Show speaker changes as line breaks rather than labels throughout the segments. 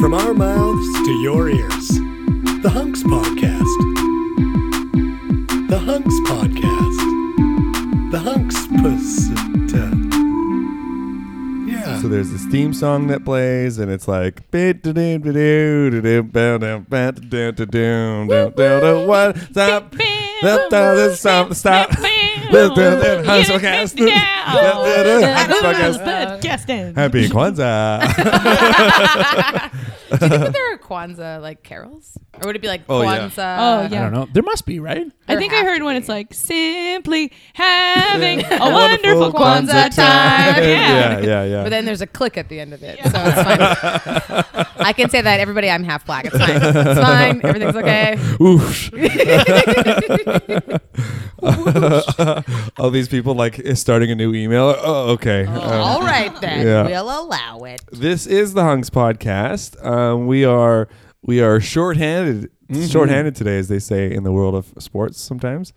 From our mouths to your ears, the Hunks Podcast. The Hunks Podcast. The Hunks Puss. Yeah.
So there's this theme song that plays, and it's like what's up? Stop! Stop! Hunks
Oh.
podcast. Happy Kwanzaa!
Do you think that there are Kwanzaa like carols, or would it be like
Oh, yeah.
Kwanzaa?
Oh, yeah.
I don't know. There must be, right?
I
There
think
have
I heard
to
when
be.
it's like simply having a wonderful
Kwanzaa
Kwanzaa time.
time.
Yeah.
yeah, yeah, yeah.
But then there's a click at the end of it, so it's fine. I can say that everybody, I'm half black. It's fine. It's fine. Everything's okay.
Oof. All these people like starting a new email. Oh, okay. Um,
All right then,
Yeah.
we'll allow it.
this is the Hunks podcast. Um, we are we are shorthanded, shorthanded today, as they say in the world of sports. Sometimes,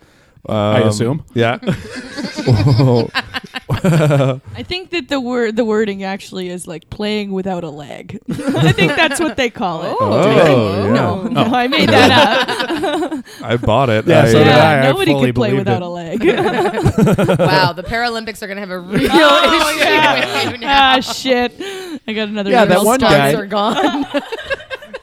um, I
assume.
Yeah.
I think that the word the wording actually is like playing without a leg. I think that's what they call it.
Oh, yeah.
No,
Oh.
no, I made that up.
I bought it.
Yeah,
I,
so did
uh,
I.
nobody
fully
could play
believed
without
it.
a leg.
Wow, the Paralympics are gonna have a real issue with you now.
ah, shit. I got another.
Oh, Yeah, that
email.
one
Dogs
guy-
are gone.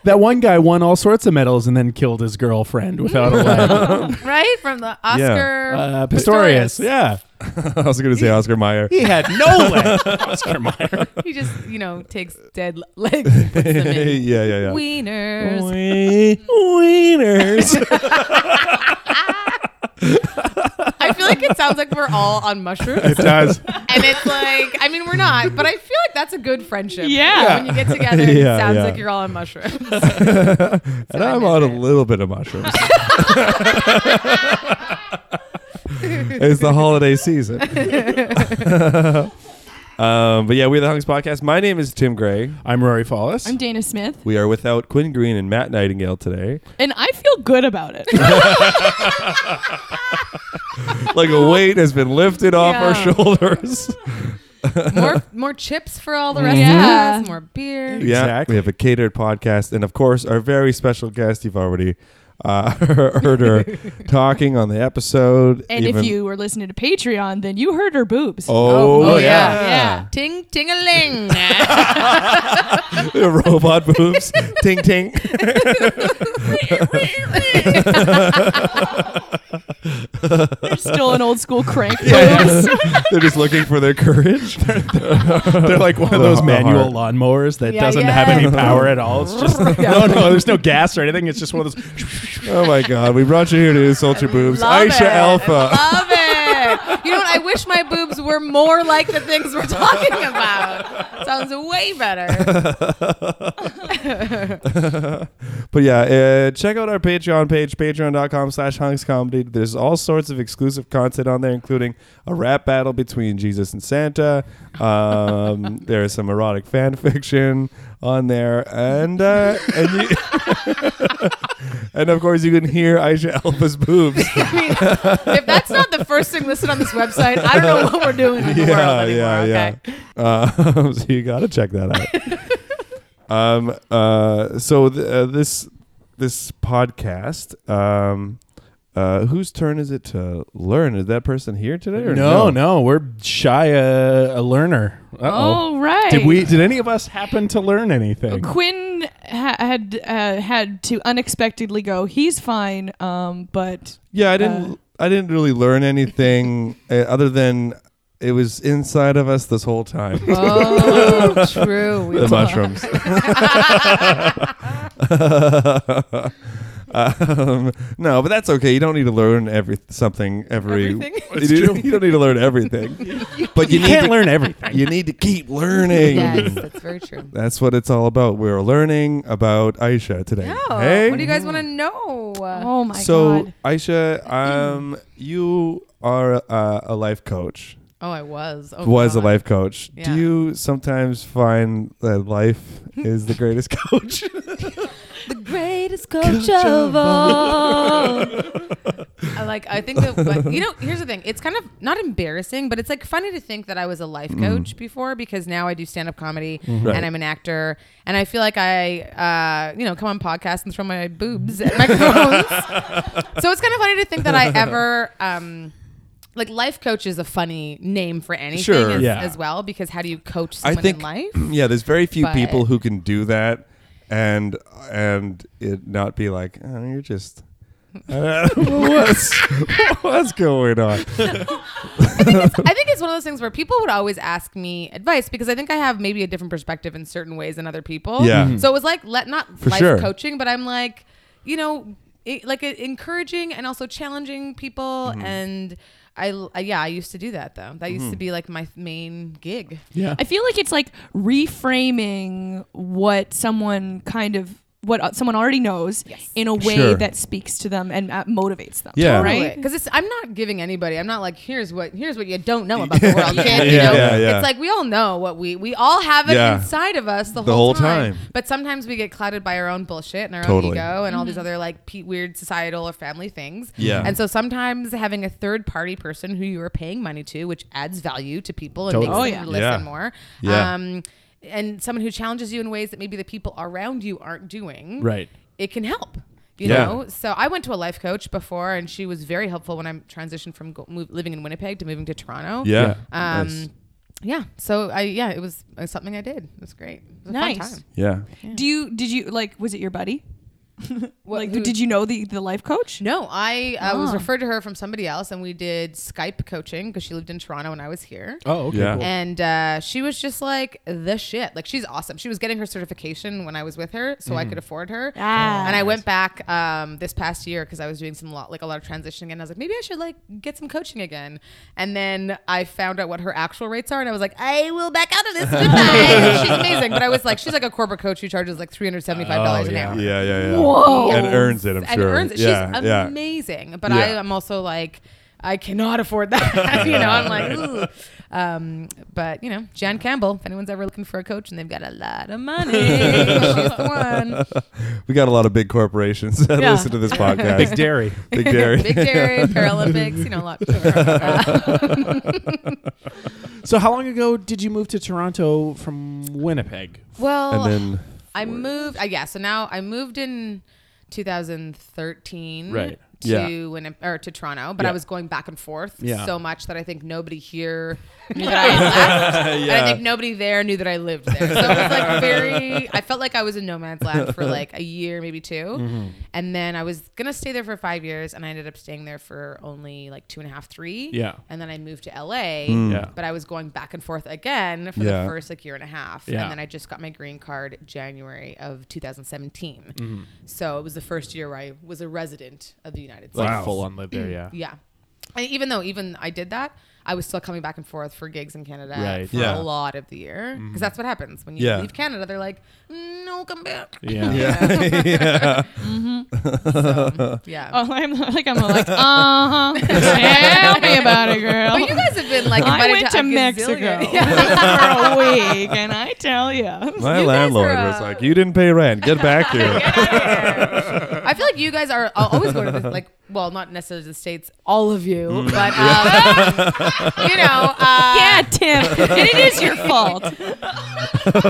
That one guy won all sorts of medals and then killed his girlfriend without a leg.
right from the Oscar
Uh, Pistorius. Yeah.
I was going to say Oscar Mayer.
He had no leg. Oscar Mayer.
He just you know takes dead legs, and puts them
yeah,
in
yeah, yeah.
wieners.
Oh, Wee- Wieners.
I feel like it sounds like we're all on mushrooms,
It does.
and it's like I mean we're not, but I feel like that's a good friendship.
Yeah.
when you get together, and
Yeah,
it sounds
yeah.
like you're all on mushrooms.
and I'm on a little bit of mushrooms. it's the holiday season. um, but yeah, we're the Hunks Podcast. My name is Tim Gray.
I'm Rory Fallis.
I'm Dana Smith,
We are without Quinn Green and Matt Nightingale today.
and I feel good about it.
Like a weight has been lifted off our
Yeah.
shoulders.
more more chips for all the rest
Yeah.
of us. More beer.
yeah,
Exactly.
we have a catered podcast, and of course, our very special guest. You've already uh, heard her talking on the episode.
And
even-
if you were listening to Patreon, then you heard her boobs.
oh,
Oh,
yeah,
yeah.
Ting ting a ling.
robot boobs, ting ting.
They're still an old school crank.
They're just looking for their courage.
They're like one of
The-
those
the
manual
heart.
lawnmowers that
Yeah,
doesn't have
yeah.
any power at all. It's just no, no. There's no gas or anything. It's just one of those.
oh my god, we brought you here to insult your boobs,
Love
Aisha
it.
Alpha.
Love it. You know what? I wish my boobs were more like the things we're talking about. Sounds way better.
But yeah, uh, check out our Patreon page, patreon.com slash hunkscomedy. There's all sorts of exclusive content on there, including a rap battle between Jesus and Santa. Um, there is some erotic fan fiction on there. And uh, and, you, and of course, you can hear Aisha Alpha's boobs.
I mean, if that's not the first thing listed on this website, I don't know what we're doing in the world anymore. okay.
Uh, so you got to check that out. um, uh, so th- uh, this this podcast. Um, uh, whose turn is it to learn? Is that person here today? Or
No, no. We're shy uh, a, a learner. Uh-oh.
All right.
Did we? Did any of us happen to learn anything?
Quinn ha- had uh, had to unexpectedly go. He's fine, um, but
Yeah, I didn't.
Uh,
I didn't really learn anything uh, other than it was inside of us this whole time.
Oh, true. We
the mushrooms. um, no, but that's okay. You don't need to learn every something every.
Everything?
You, do, you don't need to learn everything, but you
You
need
can't
to,
learn everything.
you need to keep learning.
Yes, that's very true.
That's what it's all about. We're learning about Aisha today.
Oh,
hey,
what do you guys want to know?
oh my
so
god,
Aisha, um, you are uh, a life coach.
Oh, I was. Oh,
was
God.
a life coach.
Yeah.
Do you sometimes find that life is the greatest coach?
greatest coach of all. I like. I think that like, you know. Here's the thing. It's kind of not embarrassing, but it's like funny to think that I was a life coach before because now I do stand up comedy
Mm-hmm. Right.
and I'm an actor and I feel like I, uh, you know, come on podcasts and throw my boobs at microphones. so it's kind of funny to think that I ever. Um, like life coach is a funny name for anything
Sure.
as,
Yeah.
as well because how do you coach
I
someone
think
in life?
yeah, there's very few
but-
people who can do that and and it not be like oh, you're just uh, what's what's going on?
I think it's one of those things where people would always ask me advice because I think I have maybe a different perspective in certain ways than other people.
Yeah. Mhm.
So it was like let not
For
life
sure.
coaching, but I'm like, you know, it, like it, encouraging and also challenging people and. I, I- yeah, I used to do that though. That used to be like my main gig.
Yeah.
I feel like it's like reframing what someone kind of what uh, someone already knows in a way
Sure.
that speaks to them and uh, motivates them.
Yeah.
right.
Because it's I'm not giving anybody. I'm not like here's what here's what you don't know about the world, kid. you
Yeah,
know?
yeah, yeah.
It's like we all know what we we all have it
Yeah.
inside of us the,
The whole
whole,
time.
But sometimes we get clouded by our own bullshit and our
Totally.
own ego and all
Mm-hmm.
these other like pe- weird societal or family things.
Yeah.
And so sometimes having a third party person who you are paying money to, which adds value to people and makes
Oh,
Totally.
them
yeah.
listen
Yeah.
more.
Yeah.
Um, and someone who challenges you in ways that maybe the people around you aren't doing
Right.
it can help you
Yeah.
know so i went to a life coach before and she was very helpful when i transitioned from go- move, living in winnipeg to moving to toronto
Yeah.
um
Nice.
yeah so i yeah it was uh, something i did it was great it was a fun
Nice.
time
Yeah.
Do you did you like was it your buddy?
What-
like
who-
did you know the the life coach?
no i uh, was
Ah.
referred to her from somebody else and we did skype coaching because she lived in toronto and i was here
Oh, okay.
Yeah.
cool.
and uh, she was just like the shit. Like she's awesome. She was getting her certification when I was with her, so
Mm-hmm.
I could afford her.
Ah.
And I went back um, this past year because I was doing some lot, like a lot of transitioning, and I was like, maybe I should like get some coaching again. And then I found out what her actual rates are, and I was like, I will back out of this. Goodbye. she's amazing, but I was like, she's like a corporate coach who charges like three hundred seventy-five dollars
Oh,
an
yeah.
hour.
Yeah, yeah, yeah.
Whoa.
And earns it, I'm
Oh. and
sure.
earns it.
Yeah,
She's
yeah.
amazing, but
Yeah.
I am also like, I cannot afford that. you know, I'm like, ooh. Um, but you know, Jan Campbell. If anyone's ever looking for a coach and they've got a lot of money, she's the one.
We got a lot of big corporations that
Yeah.
listen to this podcast.
Big dairy.
Big dairy.
Big Dairy, Paralympics. You know, a lot.
So, how long ago did you move to Toronto from Winnipeg?
and
well,
then
I moved. Uh, yeah, so now I moved in 2013.
Right.
To
Yeah.
Winnip- or to Toronto, but
Yeah.
I was going back and forth
Yeah.
so much that I think nobody here knew that I had left, and I think nobody there knew that I lived there. So it was like very. I felt like I was in no man's land for like a year, maybe 2
Mm-hmm.
and then I was gonna stay there for five years, and I ended up staying there for only like two and a half, three.
Yeah. Hmm.
and then I moved to LA.
Yeah.
But I was going back and forth again for
Yeah.
the first like year and a half,
Yeah.
and then I just got my green card January of 2017. So it was the first year where I was a resident of the United States.
Like full on live there, yeah.
Yeah. And even though even I did that, I was still coming back and forth for gigs in Canada
Right.
for
Yeah.
a lot of the year because that's what happens when you
Yeah.
leave Canada. They're like, "No, come back."
Yeah.
yeah. yeah.
So, yeah.
Oh, I'm like I'm like uh huh. Tell me about it, girl.
But you guys have been like
I
invited
went to
a gazillion-
Mexico
Yeah.
for a week, and I tell you,
My
guys
landlord
are,
was
uh,
like, "You didn't pay rent. Get back here."
I feel like you guys are I'll always go to the, like, well, not necessarily the states, all of you,
Mm.
but um, you know, uh,
yeah, Tim, and it is your fault.
I feel like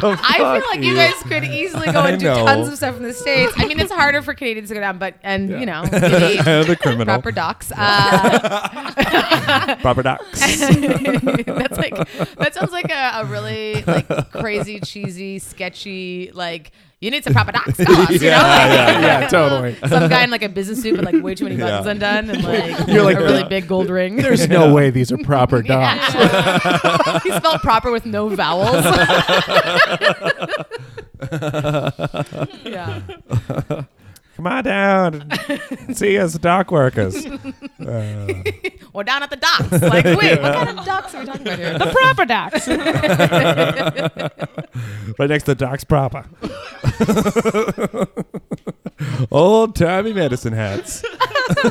Oh,
you
you.
guys could easily go
I
and do
know.
tons of stuff in the states. I mean, it's harder for Canadians to go down, but and you know, maybe
the criminal.
proper docs. Uh,
Proper docs.
that's like that sounds like a, a really like crazy, cheesy, sketchy like. You need some proper docs, docs you know?
yeah, yeah, totally.
Some guy in like a business suit with like way too many
Yeah.
buttons undone and like,
You're like,
a really
"Uh,
big gold ring.
There's no way these are proper dogs.
Yeah. he spelled proper with no vowels. yeah.
Come on down. and See us dock workers.
Or down at the docks. Like, wait, what kind of docks are we talking about here?
The proper docs.
right next to Doc's proper. Old timey medicine hats.
Oh,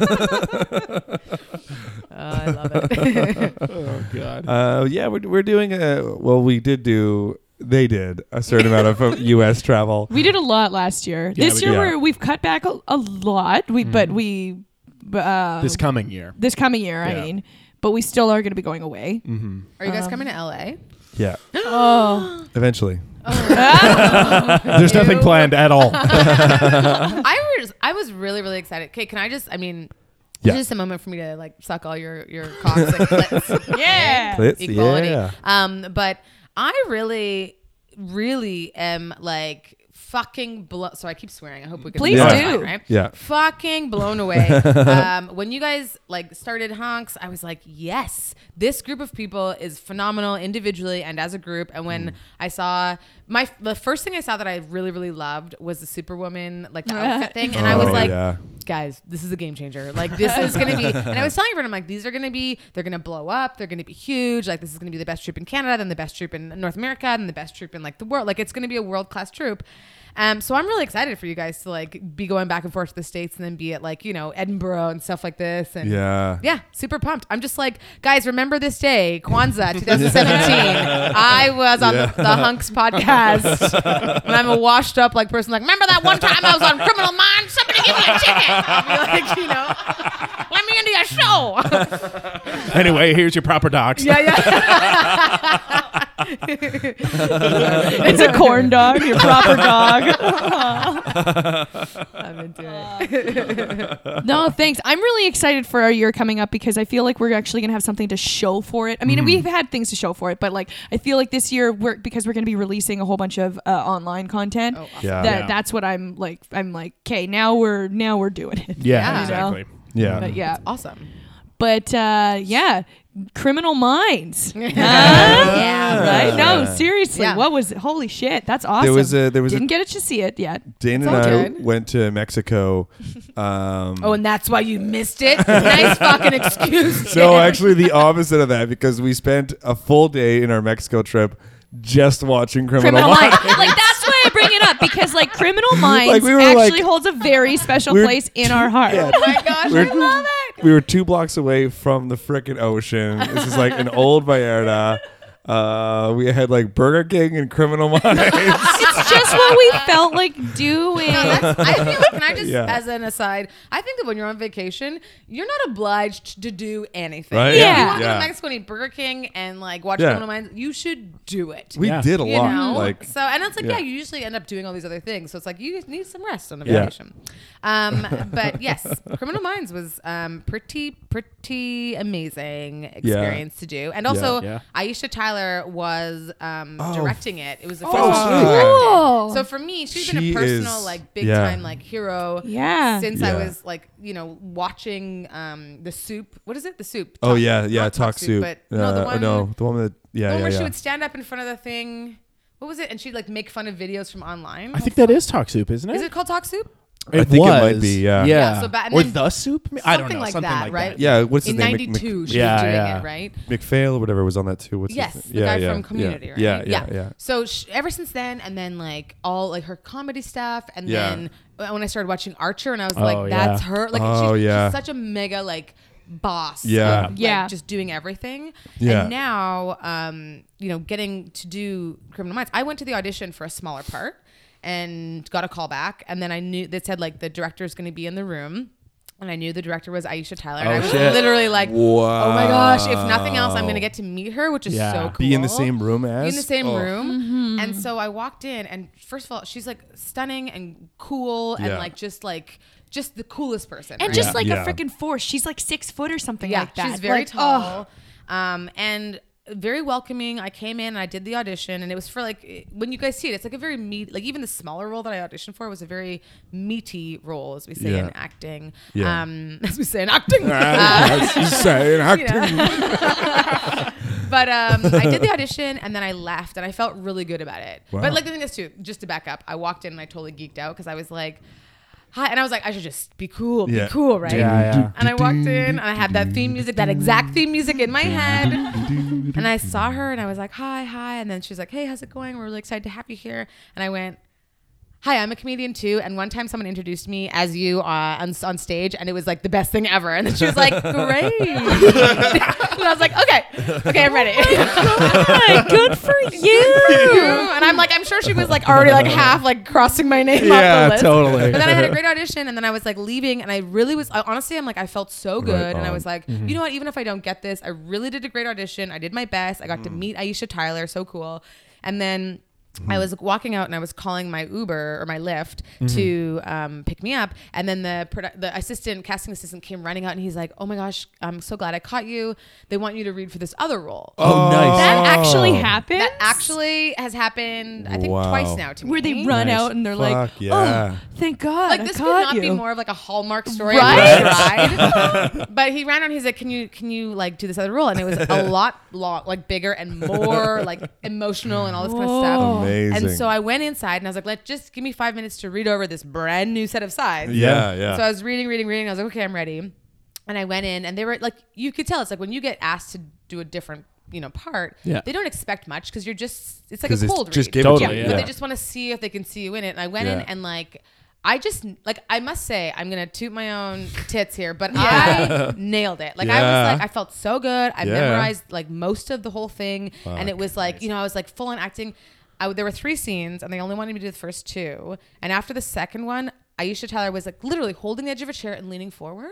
I love it.
Oh, God.
Uh, yeah, we're, we're doing a well. We did do. they did a certain amount of U.S. travel.
We did a lot last year.
Yeah,
this
we Mm-hmm.
year
did.
we're, we've cut back a, a lot. We but we b- uh,
this
this,
coming year.
coming year,
Yeah. Mm.
I mean, but we still are going to be going away.
Are you guys coming to LA?
Yeah,
Oh,
eventually.
There's nothing planned at all.
I was I was really really excited. Okay, can I just? I mean,
Yeah.
it's just a moment for me to like suck all your your cocks. Like, let's-
yeah.
Clits,
equality.
yeah.
Um, but I really, really am like fucking blow. So I keep swearing. I hope we can.
Please
it's
do.
fine, right?
Yeah.
Fucking blown away. um, when you guys like started honks, I was like, yes, this group of people is phenomenal individually and as a group. And when
Mm.
I saw my the first thing I saw that I really really loved was the Superwoman like the outfit thing, and I was
Oh,
like
yeah.
guys, this is a game changer. Like this is gonna be. And I was telling everyone, I'm like, these are gonna be. They're gonna blow up. They're gonna be huge. Like this is gonna be the best troop in Canada, then the best troop in North America, then the best troop in like the world. Like it's gonna be a world class troop. Um, so I'm really excited for you guys to like be going back and forth to the states and then be at like you know Edinburgh and stuff like this. And
Yeah.
yeah, super pumped. I'm just like, guys, remember this day, Kwanzaa 2017. I was on
Yeah.
the, the Hunks podcast. and I'm a washed up like person, like, remember that one time I was on Criminal Minds? Somebody give me a ticket. I'll be like, you know, let me into your show.
anyway, here's your proper docs.
yeah, yeah.
it's a corn dog, your proper dog.
I'm into it.
no, thanks. I'm really excited for our year coming up because I feel like we're actually going to have something to show for it. I mean,
Mm-hmm.
we've had things to show for it, but like I feel like this year we're because we're going to be releasing a whole bunch of uh, online content.
Oh, awesome.
Yeah.
that
Yeah.
that's what I'm like. I'm like, okay, now we're now we're doing it.
Yeah.
Yeah,
exactly.
exactly.
yeah.
But yeah,
Awesome.
but uh, yeah, criminal minds. Huh?
Yeah.
Right? No, seriously.
Yeah.
What was it? Holy shit. That's awesome.
was a- Uh, there was a-
Didn't get to see it yet.
Dane and
all
I
good.
went to Mexico. Um,
Oh, and that's why you missed it? nice fucking excuse.
No,
Jen.
actually, the opposite of that because we spent a full day in our Mexico trip just watching Criminal,
Criminal
Minds.
Minds. like that's why I bring it up because like Criminal Minds
Like, we were,
actually
like-
holds a very special
We're-
place in our heart.
Yeah.
Oh my gosh,
We're-
I love it.
We were two blocks away from the frickin' ocean. This is like an old Vallarta. Uh, we had like Burger King and Criminal Minds.
It's just what we felt like doing.
No, that's, I feel like, can I just,
Yeah.
as an aside, I think that when you're on vacation, you're not obliged to do anything.
Right?
If
Yeah.
you want to go
Yeah.
to Mexico and eat Burger King and like watch
Yeah.
Criminal Minds, you should do it.
We
Yeah.
did a
you
lot.
know?
Like,
so, and it's like,
yeah.
yeah. you usually end up doing all these other things. So it's like, you need some rest on the
Yeah.
vacation. Um, but yes, Criminal Minds was um, pretty, pretty amazing experience to do. And also,
Yeah.
Aisha Tyler was um, directing it. It was the first
Oh,
time she
sweet.
directed.
Cool.
So for me, she's been
She
a personal,
is-
like, big
yeah.
time, like, hero
Yeah.
since
Yeah.
I was like, you know, watching um the soup. What is it? The soup.
oh
Talk-
yeah, yeah,
not
talk soup.
But no, the
Uh,
one,
no, the one that
the
yeah,
one
yeah,
where
yeah.
she would stand up in front of the thing. What was it? And she'd like make fun of videos from online.
I think that is talk soup, isn't it?
is it called talk soup?
I think it might be, yeah.
Yeah.
Yeah, so ba- and
or
then
the soup? I don't know.
like
something
that,
like
right?
that.
yeah, what's his
in
name? Mc- Mc-
'92, she
Yeah,
was doing
yeah.
it right.
McPhail or whatever was on that too. What's
Yes,
his
the
name?
guy from Community,
yeah,
right?
Yeah, yeah, yeah.
So sh- ever since then, and then like all like her comedy stuff, and
Yeah.
then uh, when I started watching Archer, and I was
Oh,
like, that's
yeah.
her. Like,
Oh,
she's,
yeah.
she's such a mega like boss.
Yeah.
of, like,
Yeah.
just doing everything.
Yeah.
And now, um, you know, getting to do Criminal Minds. I went to the audition for a smaller part and got a call back, and then I knew that said like the director's going to be in the room. And I knew the director was Aisha Tyler. and
Oh,
I was
shit.
literally like, oh my gosh, if nothing else, I'm going
Wow.
to get to meet her, which is
Yeah.
so cool.
Be in the same room as
Be in the same
Oh.
room.
Mm-hmm.
And so I walked in, and first of all, she's like stunning and cool, and
Yeah.
like just like just the coolest person.
and
right?
just
Yeah.
like
Yeah.
a freaking force. She's like six foot or something
yeah,
like that.
she's very
Like, oh.
tall, um, and very welcoming. I came in and I did the audition, and it was for like it- when you guys see it, it's like a very meat, like even the smaller role that I auditioned for was a very meaty role, as we say
Yeah.
in acting.
Yeah. Ah.
Um, as we say in acting.
As you say in acting.
But um, I did the audition and then I left and I felt really good about it.
Wow.
But like the thing is too, just to back up, I walked in and I totally geeked out because I was like, hi, and I was like, I should just be cool,
Yeah.
be cool, right?
Yeah, yeah.
And I walked in and I had that theme music, that exact theme music in my head. And I saw her and I was like, hi, hi. And then she was like, hey, how's it going? We're really excited to have you here. And I went, "Hi, I'm a comedian too." And one time, someone introduced me as you uh, on on stage, and it was like the best thing ever. And then she was like, "Great," and I was like, "Okay, okay, I'm ready."
God, "Oh good for you.
and I'm like, I'm sure she was like already like half like crossing my name off the
yeah,
list.
totally.
But then I had a great audition, and then I was like leaving, and I really was I, honestly, I'm like, I felt so good, and I
on. Mm-hmm.
was like, you know what? Even if I don't get this, I really did a great audition. I did my best. I got
Mm.
to meet Aisha Tyler, so cool. And then
Mm-hmm.
I was walking out, and I was calling my Uber or my Lyft to um, pick me up, and then the produ- the assistant, casting assistant, came running out, and he's like, "Oh my gosh, I'm so glad I caught you. They want you to read for this other role."
Oh, nice.
That actually
Oh.
happened.
That actually has happened, I think,
Wow.
twice now to me.
where they run
Nice.
out and they're like,
Fuck yeah.
"Oh, thank God!"
like
I
this could
caught
not be
you."
more of like a hallmark story
Right?
right? but he ran on he's like can you can you like do this other role and it was a lot lot like bigger and more like emotional and all this kind of
Whoa.
stuff
Amazing.
and so i went inside and i was like let just give me five minutes to read over this brand new set of sides
yeah, yeah.
so I was reading, reading, reading. I was like, okay, I'm ready. And I went in, and they were like, you could tell it's like when you get asked to do a different, you know, part,
Yeah.
they don't expect much because you're just, it's like
'Cause
a
it's
cold
just
read.
give it
to Totally, you.
But
yeah.
they just want to see if they can see you in it. And I went in
Yeah.
and like, I just like I must say I'm gonna toot my own tits here, but I nailed it. Like I
Yeah.
was like I felt so good. I
Yeah.
memorized like most of the whole thing, and it was like you know I was like full on acting. I, there were three scenes, and they only wanted me to do the first two. And after the second one, Aisha Tyler was like literally holding the edge of a chair and leaning forward.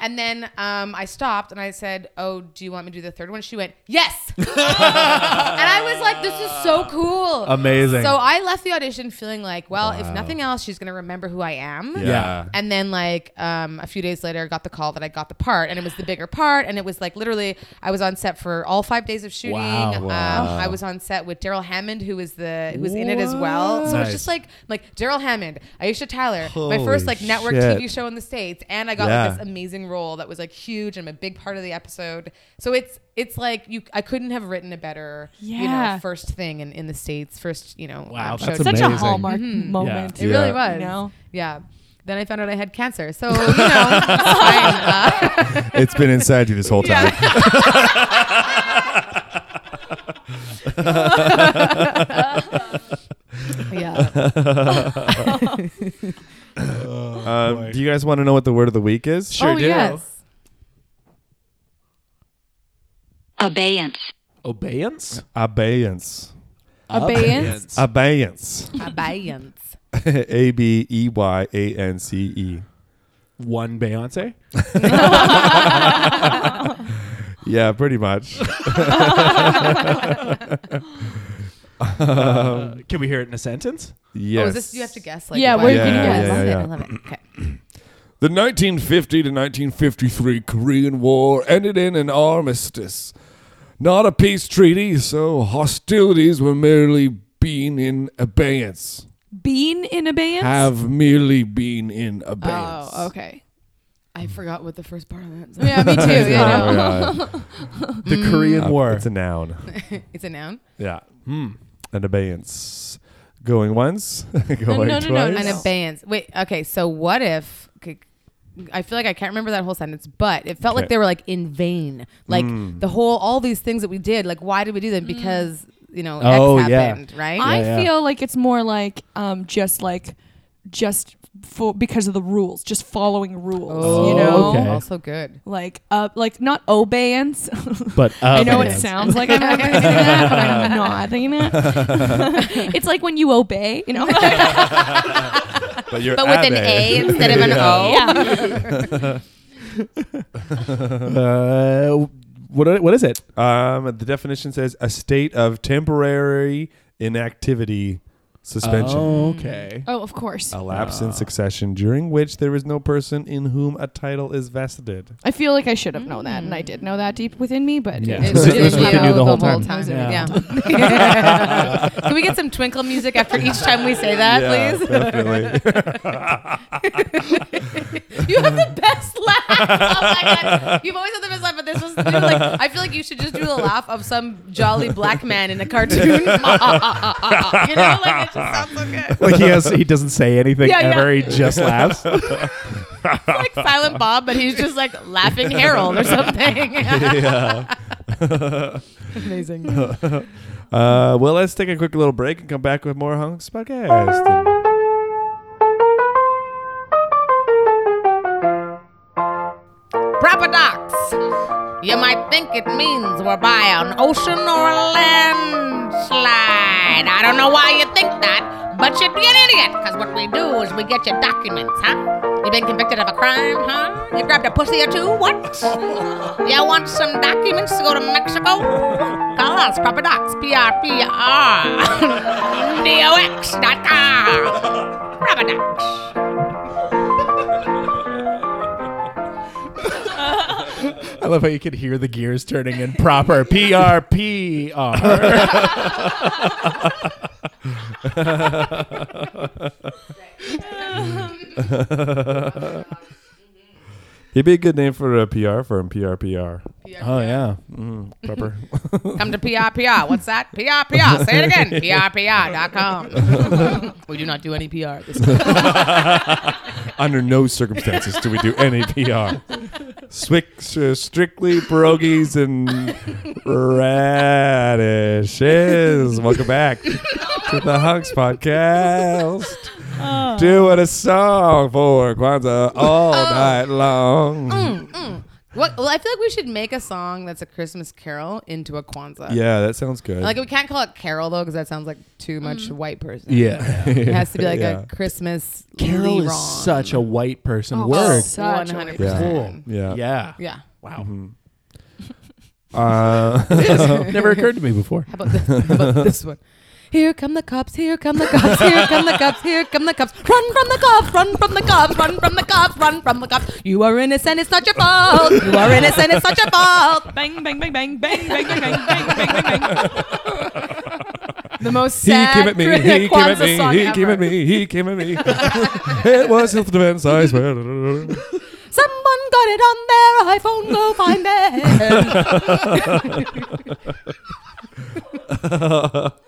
and then um, I stopped and I said, "Oh, do you want me to do the third one?" She went, "Yes." and I was like, "This is so cool."
Amazing.
So I left the audition feeling like, well, if nothing else, she's gonna remember who I am.
yeah.
And then like um, a few days later, I got the call that I got the part, and it was the bigger part, and it was like literally I was on set for all five days of shooting.
Wow.
Um, I was on set with Daryl Hammond, who was the who was in it as
What?
well. So it's
Nice.
just like like Daryl Hammond, Aisha Tyler,
Holy
my first like network
shit.
TV show in the states, and I got
Yeah.
like this amazing role that was like huge and I'm a big part of the episode. So it's it's like you I couldn't have written a better you
Yeah.
know first thing in in the states first you know
Wow,
um,
that's
show
such
amazing.
a hallmark moment.
Mm-hmm. it
Yeah.
really was.
You know?
Yeah. Then I found out I had cancer. So, you know, it's fine. Uh,
it's been inside you this whole time.
yeah.
Um, do you guys want to know what the word of the week is?
Sure
oh
do.
yes.
Abeyance.
Obeyance?
Abeyance.
Abeyance.
Abeyance.
Abeyance.
A B E Y A N C E.
One Beyonce?
Yeah, pretty
Oh,
much.
Uh, can we hear it in a sentence?
Yes.
Oh, is this, you have to guess. Like,
Yeah,
why-
where
can you Yeah, guess? yeah,
I love
yeah.
it. I love it. Okay.
The 1950 to 1953 Korean War ended in an armistice, not a peace treaty, so hostilities were merely being in abeyance.
Bean in abeyance.
Have merely been in abeyance.
oh, okay.
I forgot what the first part of that is.
Yeah, me too. you know.
The
Uh,
Korean War.
Uh, It's a noun.
It's a noun.
Yeah. An abeyance. Going once, going
no, no,
twice.
no,
An
no.
abeyance. Wait, okay. So, what if. Okay, I feel like I can't remember that whole sentence, but it felt like
Okay.
they were like in vain. Like the whole, all these things that we did, like, why did we do them? Because, you know,
Oh,
X
yeah.
happened, right?
I
yeah.
feel like it's more like um, just like just for because of the rules, just following rules.
Oh,
you know,
okay.
Also good.
like uh, like not obeyance.
Oh,
but
uh,
I know it
abeyance.
sounds like I'm thinking that, but I'm not thinking that. it's like when you obey, you know.
But, you're
But with an A instead of an O.
yeah.
Uh, what, are- what is it?
Um, the definition says a state of temporary inactivity, suspension,
okay. Uh,
Oh, of course.
a lapse in succession during which there is no person in whom a title is vested.
I feel like I should have known that, and I did know that deep within me, but
Yeah.
It was
This was
in
what they
you
do the whole time.
Yeah.
Yeah.
Can we get some twinkle music after each time we say that, please?
definitely.
You have the best laugh. Oh my god, you've always had the best laugh, but this was new. like I feel like you should just do the laugh of some jolly black man in a cartoon. you know, like it just sounds so good.
like he has, he doesn't say anything
Yeah, yeah.
ever. He just laughs.
It's like Silent Bob, but he's just like laughing Harold or something. Amazing.
uh, well, let's take a quick little break and come back with more Hunks Podcast.
You might think it means we're by an ocean or a landslide. I don't know why you think that, but you'd be an idiot, because what we do is we get your documents, huh? You've been convicted of a crime, huh? You grabbed a pussy or two? What? you want some documents to go to Mexico? Call us, Papa Docs, P-R-P-R, D-O-X dot com. Papa Docs.
I love how you could hear the gears turning in proper P R P R.
He'd be a good name for a PR firm, PRPR.
Oh yeah.
Prepper.
Come to PRPR. What's that? PRPR. Say it again. PRPR.com. we do not do any PR. This
Under no circumstances do we do any PR. Swick, uh, strictly pierogies and radishes. Welcome back to the Hunks Podcast.
Oh.
Doing a song for Kwanzaa all night long.
Mm. what, well, I feel like we should make a song that's a Christmas carol into a Kwanzaa.
Yeah, that sounds good.
Like we can't call it carol though, because that sounds like too much white person.
Yeah.
Mm-hmm.
It has to be like
Yeah.
a Christmas
Carol
Leron.
is such a white person
Oh,
word.
Such a white
100%.
Cool.
yeah. Mm-hmm.
Yeah.
Yeah.
Wow.
Uh,
Never occurred to me before.
How about, this, how about this one? Here come the cops, here come the cops, here come the cops, here come the cops. Run from the cops, run from the cops, run from the cops, run from the cops. You are innocent, it's not your fault. You are innocent, it's not your fault.
Bang, bang, bang, bang, bang, bang, bang, bang, bang, bang, bang, bang.
The most
He
sad
came at me. He came at
Kwanzaa
me.
song
He
ever.
came at me. He came at me. it was self defense, I swear.
Someone got it on their iPhone. Go find it.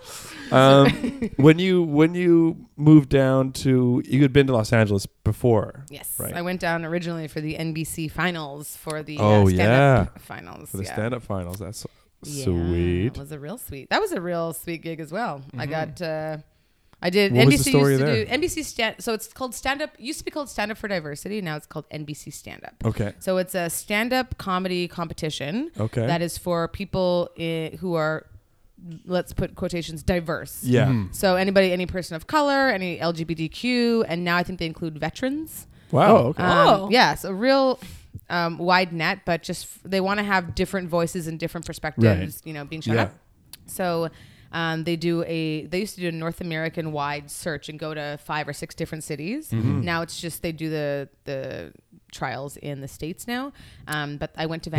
um, when you when you moved down to you had been to Los Angeles before.
yes,
Right.
I went down originally for the NBC finals for the
Oh,
uh, stand-up
yeah.
finals.
For the
yeah.
stand up finals. That's
Yeah,
sweet. Mm-hmm.
It was a real sweet. That was a real sweet gig as well. I got. Uh, I did.
What
NBC
was the story
used to
there?
do NBC stand. So it's called stand up. Used to be called stand up for diversity. Now it's called NBC stand up.
Okay.
So it's a stand up comedy competition.
Okay.
That is for people i who are, let's put quotations, diverse.
Yeah.
So anybody, any person of color, any LGBTQ, and now I think they include veterans.
Wow.
Oh, okay.
Um,
Oh.
yeah, so real um, wide net, but just f- they want to have different voices and different perspectives,
Right.
you know, being shown
Yeah.
up. So um, they do a they used to do a North American wide search and go to five or six different cities.
Mm-hmm.
Now it's just they do the the trials in the states now. Um, but I went to
But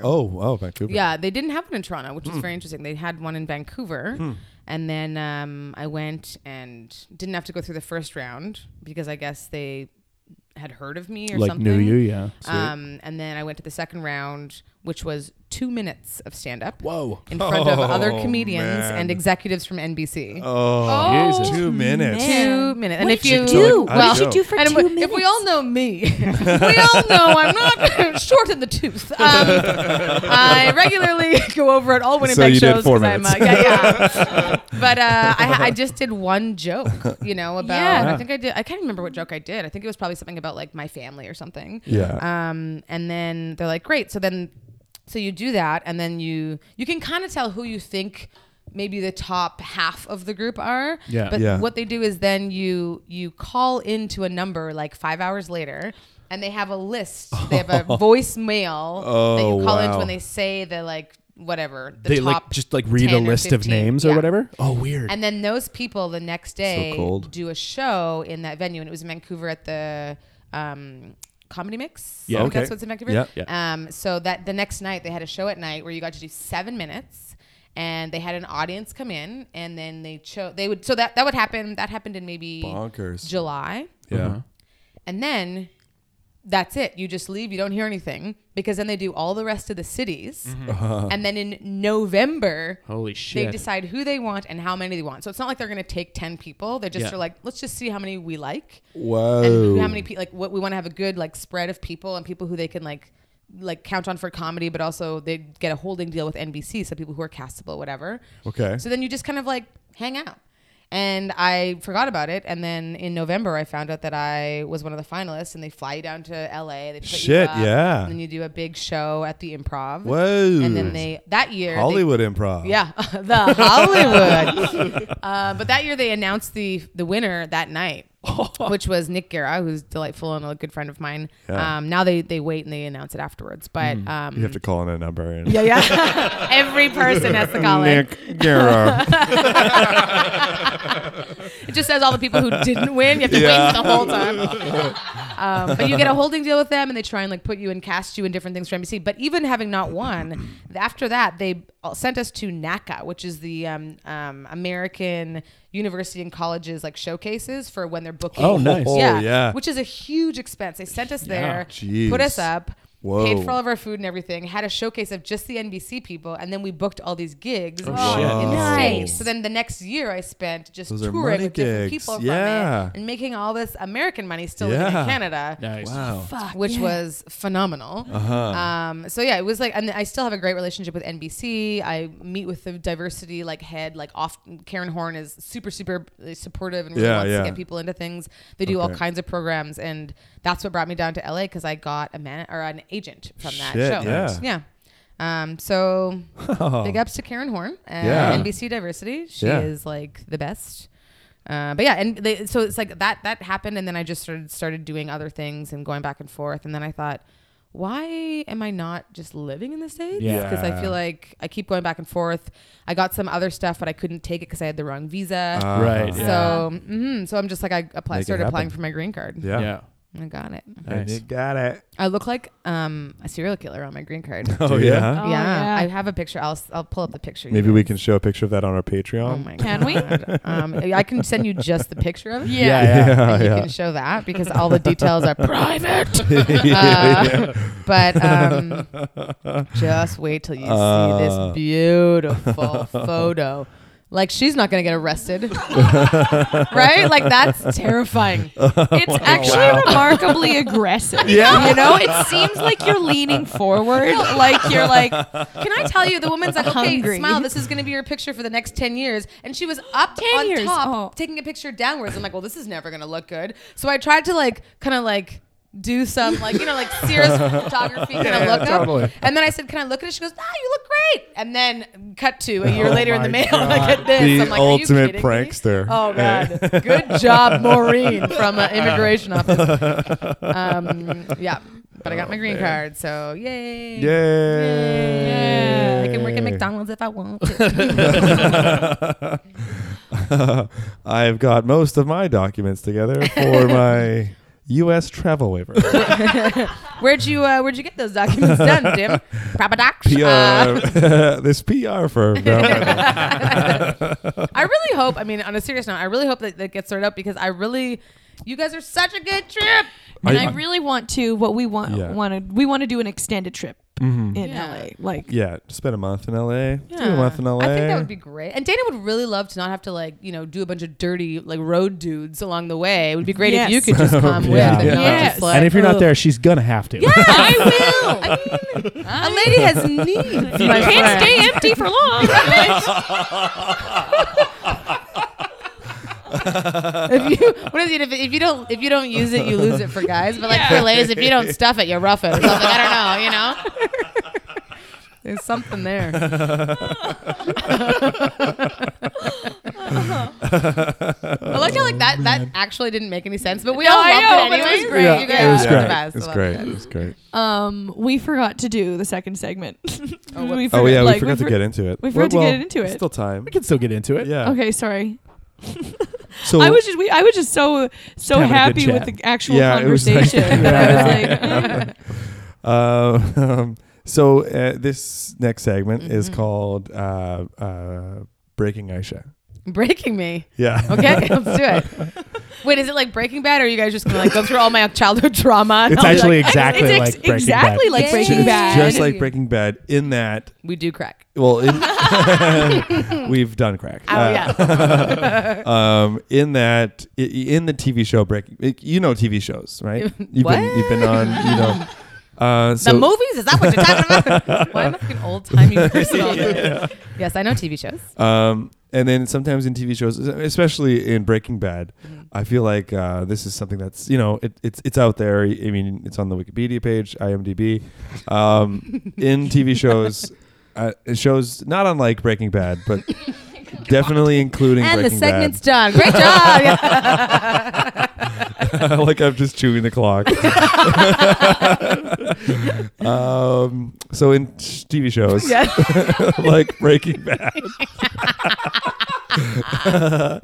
Toronto. Oh, oh, Vancouver.
Yeah, they didn't have one in Toronto, which is
Hmm.
very interesting. They had one in Vancouver. And then um, I went and didn't have to go through the first round because I guess they had heard of me or
Like
something.
knew you, yeah.
Um, and then I went to the second round, which was two minutes of stand up.
Whoa.
In front of other
Oh,
comedians
man.
and executives from NBC.
Oh,
Jesus.
two minutes.
Two minutes. And
What
if
did you
you
do?
What
well,
did you do
for
and
two
if, we- if we all know me, we all know I'm not short in the tooth. Um, I regularly go over at all Winnipeg
So you did
shows
four
'cause I'm, uh, yeah, yeah. But uh, I, I just did one joke, you know, about
Yeah.
I think I did. I can't remember what joke I did. I think it was probably something about like my family or something.
Yeah.
Um, and then they're like, great. So then, so you do that, and then you you can kind of tell who you think maybe the top half of the group are.
Yeah.
But
Yeah.
what they do is then you you call into a number like five hours later. And they have a list. They have a voicemail that
Oh,
you call
wow.
into when they say the like whatever. The
they
top
like just like read a
10 or
list of
15.
names or
Yeah.
whatever. Oh, weird.
And then those people the next day
cold.
do a show in that venue, and it was in Vancouver at the um, Comedy Mix.
Yeah.
I think
Okay.
that's what's in Vancouver.
Yeah.
Um, so that the next night they had a show at night where you got to do seven minutes. And they had an audience come in, and then they chose. They would so that that would happen. That happened in maybe
Bonkers.
July,
yeah.
and then that's it. You just leave. You don't hear anything because then they do all the rest of the cities,
Uh-huh.
and then in November,
Holy
they
shit.
decide who they want and how many they want. So it's not like they're going to take 10 people. They just
Yeah.
are like, let's just see how many we like
Whoa.
and who- how many people, like what we want to have a good like spread of people and people who they can like, like count on for comedy, but also they get a holding deal with NBC. So people who are castable, whatever.
Okay.
So then you just kind of like hang out. And I forgot about it. And then in November, I found out that I was one of the finalists, and they fly you down to LA. They put
Shit,
you up,
yeah.
And then you do a big show at the improv.
Whoa.
And then they, that year, they-
Hollywood improv.
yeah, the Hollywood. uh, but that year they announced the the winner that night, which was Nick Guerra, who's delightful and a good friend of mine.
Yeah. Mm.
Um, now they they wait and they announce it afterwards, but um,
You have to call in a number. And
yeah, yeah. Every person has to call in.
Nick Guerra.
It just says all the people who didn't win. You have to
Yeah.
wait the whole time. um, but you get a holding deal with them, and they try and like put you and cast you in different things for NBC. But even having not won, after that they all sent us to NACA, which is the um, um, American University and Colleges like showcases for when they're booking.
Oh, nice.
Oh, yeah.
Which is a huge expense. They sent us there,
Jeez.
put us up.
Whoa.
Paid for all of our food and everything. Had a showcase of just the NBC people, and then we booked all these gigs.
Oh, shit.
in the States.
Nice.
So then the next year, I spent just
Those are
touring
money
with different
gigs.
people
Yeah.
from it and making all this American money still living
Yeah.
in Canada.
Nice.
wow.
Which was phenomenal.
Uh-huh.
Um, so yeah, it was like, and I still have a great relationship with NBC. I meet with the diversity like head, like off. Karen Horn is super, super uh, supportive and really
Yeah,
wants
yeah.
to get people into things. They do all
Okay.
kinds of programs, and that's what brought me down to LA because I got a man or an agent from that
Shit,
show.
yeah.
yeah. Um, so big ups to Karen Horn and
Yeah.
NBC Diversity. She
Yeah.
is like the best. Uh, but yeah, and they, so it's like that that happened, and then I just started started doing other things and going back and forth, and then I thought, why am I not just living in the states?
Yeah.
because I feel like I keep going back and forth. I got some other stuff, but I couldn't take it because I had the wrong visa.
Right.
so
Yeah.
mhm, so I'm just like I
Ah,
apply,
Make it
started applying
happen.
for my green card.
Yeah.
yeah.
I got it.
And
Nice.
you got it.
I look like um, a serial killer on my green card.
Oh,
Dude.
yeah.
Oh,
yeah,
yeah.
I have a picture. I'll I'll pull up the picture. you
Maybe we
guys.
can show a picture of that on our
Oh
Patreon.
my
Can we?
god! um, I can send you just the picture of it.
Yeah.
Yeah.
yeah, Oh,
and you
yeah.
can show that because all the details are private.
Yeah,
Uh, But um, just wait till you see
Uh.
this beautiful photo. Like she's not gonna get arrested, right? Like that's terrifying.
It's actually remarkably aggressive.
Yeah.
You know, it seems like you're leaning forward, like you're like,
Can I tell you, the woman's like, okay,
Hungry.
smile. This is gonna be your picture for the next ten years, and she was up
10
on
years,
top,
oh.
taking a picture downwards. I'm like, well, this is never gonna look good. So I tried to like, kind of like. Do some like you know like serious photography kind of
yeah,
look up,
totally.
and then I said, "Can I look at it?" She goes, "No, you look great." And then cut to a year
Oh
later in the
my
mail, like at this,
The
I'm like, Are you
ultimate
kidding me?"
prankster.
Oh god, good job, Maureen from uh, immigration office. Um, yeah, but I got my green card, so yay!
Yay.
I can work at McDonald's if I want to.
I've got most of my documents together for my U.S. travel waiver.
uh, where'd you uh, Where'd you get those documents done, Jim? Proper docs.
PR.
Uh,
this PR firm. No, no, no.
I really hope. I mean, on a serious note, I really hope that that gets sorted out because I really, you guys are such a good trip.
and
I-
I really want to. What we want,
Yeah. Mm-hmm.
want to, we want to do an extended trip in
Yeah.
LA. Like,
Yeah, spend a month in L.A. Do a month in L.A.
I think that would be great. And Dana would really love to not have to like you know do a bunch of dirty like road dudes along the way. It would be great
Yes.
if you could just come with. And
Yeah.
not
Yes.
just, like,
and if you're
ugh.
not there, she's gonna have to.
Yeah, I will. I mean, a lady has needs.
you
my friend.
can't stay empty for long.
if you what is it if, if you don't if you don't use it you lose it for guys but like for ladies if you don't stuff it you rough it or something I don't know you know there's something there I liked how like that that actually didn't make any sense but we
No,
all
I
loved
know,
it
but it
anyways
was great.
you
Yeah.
guys
It
was
are
great.
the best
It's
I
great.
loved it.
It's great.
um, we forgot to do the second segment. we
Oh yeah,
like,
we forgot to
for-
get into it.
we forgot to
Well,
get into it.
Still time.
We can still get into it.
Yeah.
Okay, sorry.
So
I was just we, I was just so so
having a good
happy with
chat.
the actual
Yeah, it was nice.
conversation that I was like, mm.
Uh, so uh, this next segment is called uh, uh, Breaking Aisha.
breaking me
Yeah.
okay let's do it wait is it like Breaking Bad or are you guys just gonna like go through all my childhood trauma and
It's
I'll be
actually
like,
exactly
it's
like
ex-
Breaking
exactly
Bad.
like
Yay.
Breaking
Just-
Bad.
Just like Breaking Bad, in that
we do crack
well, in, we've done crack.
oh
Uh,
yeah
um, in that i- in the TV show Breaking, you know TV shows, right? You've been you've been on, you know. Uh, so
the movies? Is that what you're talking about? Why am I like an old timey person? Yes, I know TV shows.
Um, And then sometimes in TV shows, especially in Breaking Bad,
Mm-hmm.
I feel like uh, this is something that's you know it, it's it's out there. I mean, it's on the Wikipedia page, IMDb. Um, in TV shows, uh, it shows not unlike Breaking Bad, but definitely including
And the
Breaking
segment's done. Great job.
Bad. like I'm just chewing the clock. um, so in sh- TV shows, like Breaking Bad.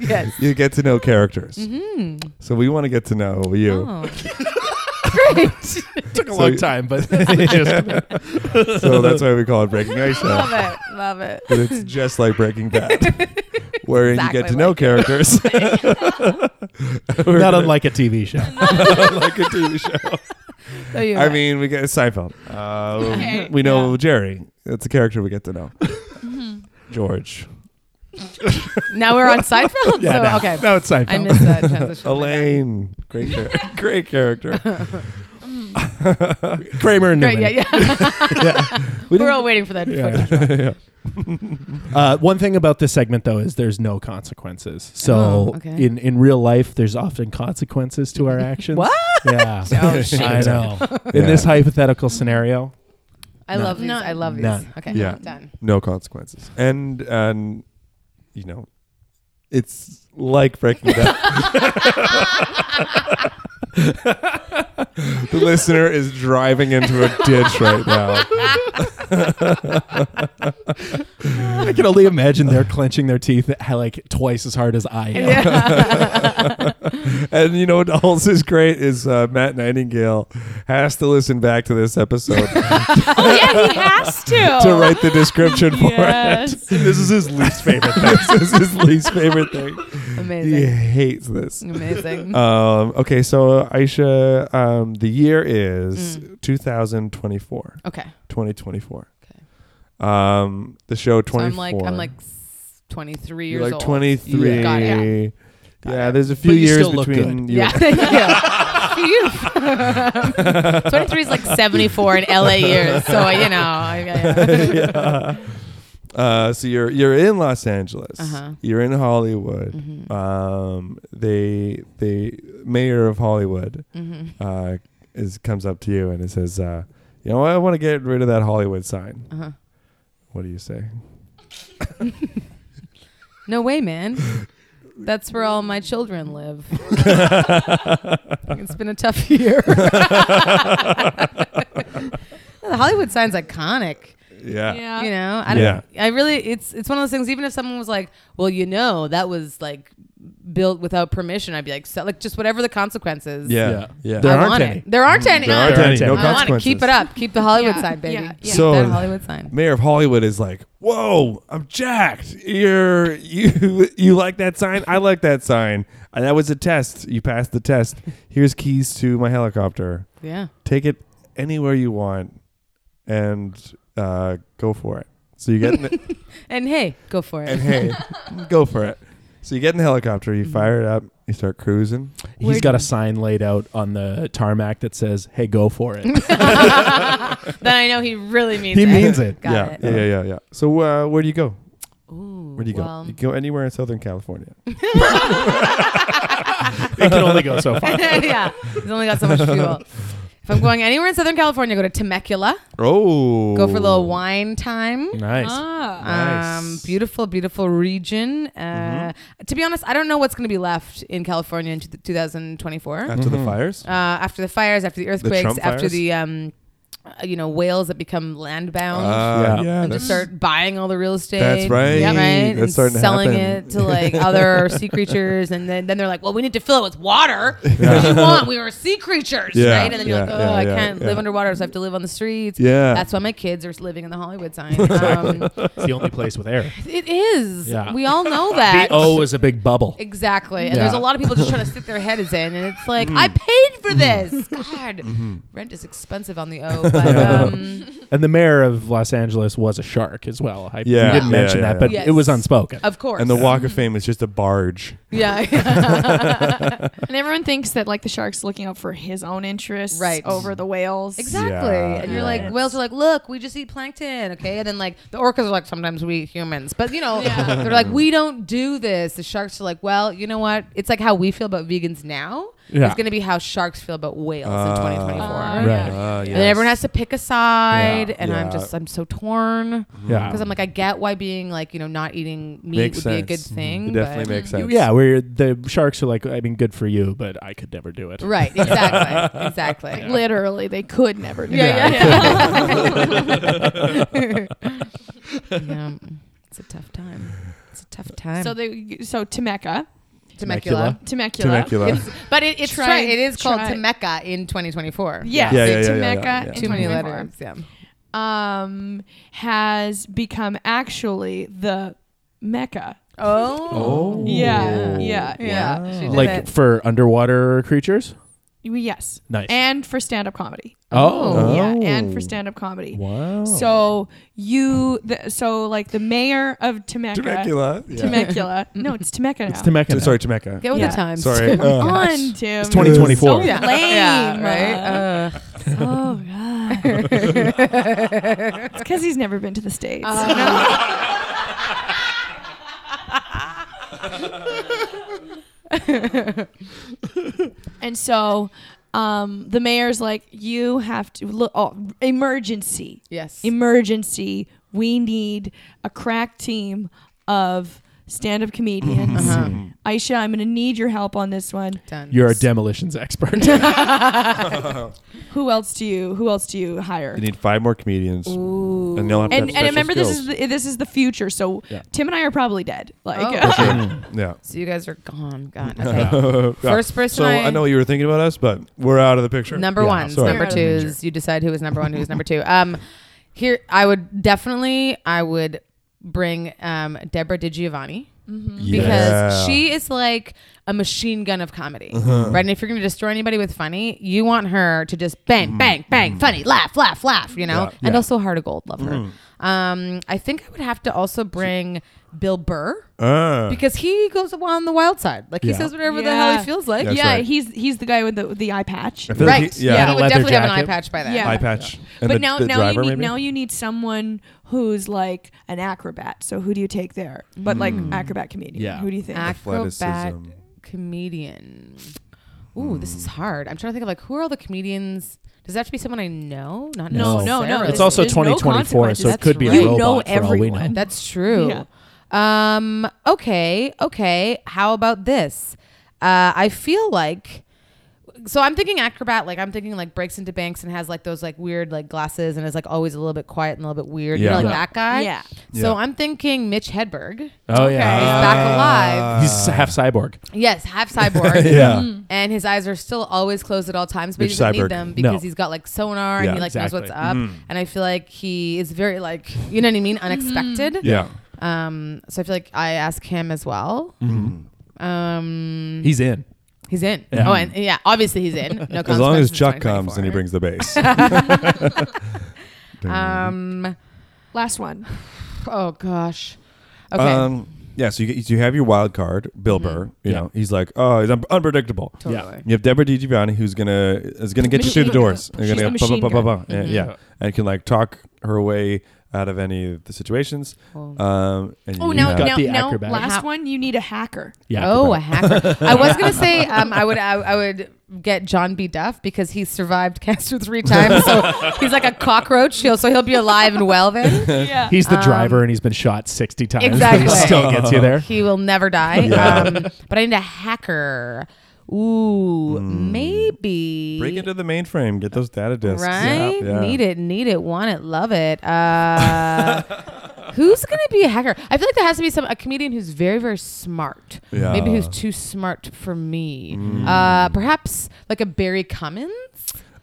yes.
you get to know characters. So we want to get to know you.
Mm-hmm. Oh.
took a
So
long
you-
time, but just,
So that's why we call it Breaking Ice
Love
Show.
it. Love it.
But it's just like Breaking Bad, wherein you get to
Exactly
know
like it.
characters. We're
not
gonna-
unlike a TV show.
like a TV show.
So Oh, you
I
went.
mean, we get Seinfeld. Uh,
Okay,
We know Jerry. That's a character we get to know.
Mm-hmm.
George,
now we're on Seinfeld.
Yeah,
so,
no,
okay.
no, it's
I
Seinfeld.
missed that transition.
Elaine, great, char- great character.
Mm.
Kramer and
Great.
Newman.
Yeah. Yeah.
We
we're
didn't-
all waiting for that.
Yeah.
footage.
yeah.
Uh, one thing about this segment, though, is there's no consequences. So
Oh, okay.
in, in real life, there's often consequences to our actions.
What?
Yeah.
Oh, shit.
I know. In
Yeah.
this hypothetical scenario,
I
None.
love these. I love these.
None.
Okay.
Yeah.
Done.
no consequences. And and you know, it's like Breaking Bad. the listener is driving into a ditch right now.
I can only imagine they're clenching their teeth uh, like twice as hard as I am.
And you know what else is great is uh, Matt Nightingale has to listen back to this episode
oh yeah, he has to.
to write the description for
Yes.
it. This is his least favorite thing. this is his least favorite thing. He
Amazing.
hates this.
Amazing.
Um, okay, so Aisha, um, the year is
Mm.
2024.
okay.
2024.
Okay.
Um, the show 24.
So I'm like I'm like s- 23
You're
years
like
old.
23.
Yeah. Got it.
Yeah,
Got it.
there's a few
you
years
still look
between you.
Yeah. Thank you. 23 is like 74 in LA years. So, uh, you know, I, I-
Yeah. Uh, so you're you're in Los Angeles.
Uh-huh. Mm-hmm.
You're in Hollywood. Um, they the mayor of Hollywood
Mm-hmm.
uh, is comes up to you and it says, uh, "You know, I want to get rid of that Hollywood sign."
Uh-huh.
What do you say?
no way, man. That's where all my children live. it's been a tough year. the Hollywood sign's iconic.
Yeah.
Yeah.
you know i don't
Yeah.
i really it's it's one of those things even if someone was like well you know that was like built without permission i'd be like so, like just whatever the consequences
Yeah. Yeah.
Yeah. There
I
aren't
want
any.
it. there aren't any
There
I
aren't
want
any.
any.
No
I
it. i want it
consequences.
keep it up keep the hollywood
Yeah,
side baby
yeah,
keep
So-
that hollywood sign
Mayor of Hollywood is like, "Whoa, I'm jacked. You're you you like that sign? I like that sign. And that was a test. You passed the test. Here's keys to my helicopter.
yeah
Take it anywhere you want, and uh, go for it. So you get in the,
and hey go for it
and hey, go for it. So you get in the helicopter.
Mm-hmm.
You fire it up. You start cruising.
He's got a sign laid out on the tarmac that says, "Hey, go for it."
then i know he really means
he
it
means it.
got
yeah,
it
yeah, yeah, yeah, yeah. So uh, where do you go?
Ooh,
Where do you
well,
go? You go anywhere in Southern California.
It can only go oh, so far.
yeah he's only got so much fuel if i'm going anywhere in southern california go to temecula
Oh,
go for a little wine time
Nice.
Ah.
Nice. Mm-hmm.
Um, beautiful, beautiful region. Uh, To be honest, I don't know what's going to be left in California in two- 2024. Uh,
after the fires.
after the fires, after the earthquakes,
Trump
after
fires?
the um, uh, you know whales that become land bound.
Uh,
Yeah.
yeah,
and
that's-
just start buying all the real estate.
That's right.
Yeah, right.
That's
and
starting to
selling
happen.
it to like other sea creatures, and then, then they're like, "Well, we need to fill it with water. What do you want? We were sea creatures,
Yeah,
right?" And then you're
yeah,
like, "Oh,
yeah,
I
yeah,
can't
yeah.
live underwater, so I have to live on the streets."
Yeah.
that's why my kids are living in the Hollywood sign. Um,
It's the only place with air.
It is.
Yeah.
We all know
The
that.
O is a big bubble.
Exactly. And
Yeah.
there's a lot of people just trying to stick their heads in. And it's
Mm-hmm.
like, I paid for this. God, rent is expensive on the O. But, um,
And the mayor of Los Angeles was a shark as well. I,
Yeah.
we didn't
Yeah,
mention
yeah,
that, but
yeah.
it was
Yes.
unspoken.
Of course.
And the Walk of Fame is just a barge.
yeah.
And everyone thinks that like the shark's looking out for his own interests
Right.
over the whales.
exactly.
Yeah,
and you're
yeah.
like, whales are like, look, we just eat plankton, okay? And then like the orcas are like, sometimes we eat humans, but you know, they're like, we don't do this. The sharks are like, well, you know what? It's like how we feel about vegans now.
Yeah.
It's gonna be how sharks feel about whales in
Ah.
2024.
Ah,
Right.
Uh,
Ah,
And then
yes.
everyone has to pick a side,
Yeah.
and I'm
Yeah.
just I'm so torn
yeah.
because I'm like I get why being like you know not eating meat
Um, Makes
would be a
sense.
good thing.
It
but-
definitely makes sense.
yeah, where the sharks are like, I mean, good for you, but I could never do it.
Right, exactly, exactly.
Literally, they could never do
Yeah,
that.
Yeah. It's a tough time. It's a tough time.
So they so Temecula,
Temecula.
Temecula.
Temecula. Uh,
It's, but it, it's
Try-
right. It is called
try.
Temecula in 2024.
Yes,
Yeah, yeah, yeah, yeah,
Temecula.
yeah, yeah.
in
Too many
24.
letters. Yeah.
Um, has become actually the Mecca.
Oh.
Oh.
Yeah, yeah, yeah.
She did
Like
it.
for underwater creatures?
We- Yes.
Nice.
And for stand-up comedy.
oh.
Yeah, and for stand-up comedy.
Wow.
Oh.
So you, the, so like the mayor of Temecula,
Temecula. Yeah.
Temecula. no, it's Temecula now.
It's Temecula.
Sorry, Temecca.
Get with
Yeah.
the times.
Sorry. uh,
on, Tim.
It's 2024.
So
Oh, Yeah.
lame.
Yeah, right? Uh,
Oh god. it's because he's never been to the states.
uh,
and so, um, the mayor's like, "You have to look. Oh, emergency,
yes.
emergency. We need a crack team of." Stand-up comedians,
Uh-huh. Mm.
Aisha. I'm gonna need your help on this one.
Uh-huh. Done.
You're a demolitions expert.
Who else do you? Who else do you hire?
You need five more comedians. And they'll have to have
and and
special
remember this is
skills.
the, this is the future so
Yeah.
tim and i are probably dead like
Oh.
Sure. yeah.
so you guys are gone. Gone. Okay.
Yeah.
First person
So
I-
I know you were thinking about us, but we're out of the picture.
Number
Yeah,
ones,
sorry.
number
You're out of the
twos. You decide who is number one, who is number two. Um, here I would definitely I would bring um Deborah DiGiovanni
Mm-hmm.
because
Yeah.
she is like a machine gun of comedy, right? And if you're going to destroy anybody with funny, you want her to just bang, bang, bang, funny, laugh, laugh, laugh, you know.
Yeah.
And
Yeah.
also Heart of Gold, love her. Um, I think I would have to also bring Bill Burr.
Uh,
Because he goes on the wild side, like he
Yeah.
says whatever the hell
Yeah.
he feels like.
That's
yeah
right.
he's he's the guy with the with the eye patch
I feel like
Right?
he- yeah.
yeah,
And
he
a
would
leather
definitely have an eye
jacket.
patch by then.
Yeah.
Eye patch. And
but
the,
now
the
now
driver,
you need
maybe?
now you need someone who's like an acrobat so who do you take there but like acrobat comedian
Yeah.
who do you think
acrobat
Athleticism.
comedian. Ooh, this is hard. I'm trying to think of like who are all the comedians. Does that have to be someone I know? Not
no no no
necessarily.
It's
there's-
also
there's no
2024, so it
consequences.
could be
right.
a
You
robot.
know
for all we know.
everyone.
that's true.
Yeah.
Um. Okay. Okay. How about this? Uh, I feel like. So I'm thinking acrobat, like I'm thinking like breaks into banks and has like those like weird like glasses and is like always a little bit quiet and a little bit weird, you
Yeah.
know, like
Yeah.
that guy.
Yeah.
So
Yeah.
I'm thinking Mitch Hedberg.
Oh,
He's
yeah.
back alive.
He's half cyborg.
Yes, half cyborg. Mm-hmm.
Yeah.
And his eyes are still always closed at all times, but he
Which
doesn't
cyborg?
need them because
No.
he's got like sonar
Yeah, Mm-hmm.
and he like
exactly.
knows what's up. And I feel like he is very like you know what I
Mm-hmm.
mean, unexpected.
Yeah.
Um, so I feel like I ask him as well.
Mm-hmm.
Um,
He's in.
he's in.
Yeah.
Oh, and yeah, obviously he's in. No,
As long as
consequences,
Chuck comes and he
2024.
brings the bass.
Um,
last one
oh gosh. Okay.
um, yeah, so you, get- you have your wild card, Bill Burr. You know, he's like, oh, he's un- unpredictable.
totally.
You have Deborah DiGiovanni, who's gonna is gonna get you through the doors. You're
She's
gonna
the
go,
machine
bah, bah, bah,
gun.
bah, bah.
Mm-hmm.
And- Yeah, and can like talk her way out of any of the situations. Um, and
oh
you
now
have-
got
now,
the
now
acrobat.
last
How-
one you need a hacker
Yeah.
Oh, a hacker. I was gonna say um, I would I, I would get John B. Duff because he survived cancer three times, so he's like a cockroach. He'll, so he'll be alive and well then.
yeah
He's the driver and he's been shot 60 times.
Um, exactly.
But he still gets you there.
He will never die. Um, but I need a hacker. Ooh, maybe
break into the mainframe, get those data disks.
right.
Yeah.
Need it, need it, want it, love it. Uh, who's gonna be a hacker? I feel like there has to be some a comedian who's very very smart.
Yeah. Mm.
Maybe who's too smart for me. Uh, perhaps like a Barry Cummins.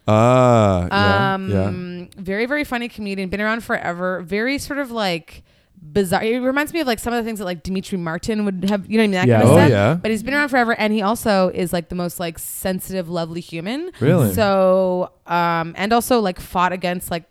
Ah, yeah,
Um,
yeah.
very very funny comedian. Been around forever. Very sort of like. Bizarre. It reminds me of like some of the things that like Dimitri Martin would have, you know, what I mean, that
Yeah.
kind of
Oh,
stuff.
yeah.
But he's been around forever, and he also is like the most like sensitive, lovely human.
Really?
So, um, and also like fought against like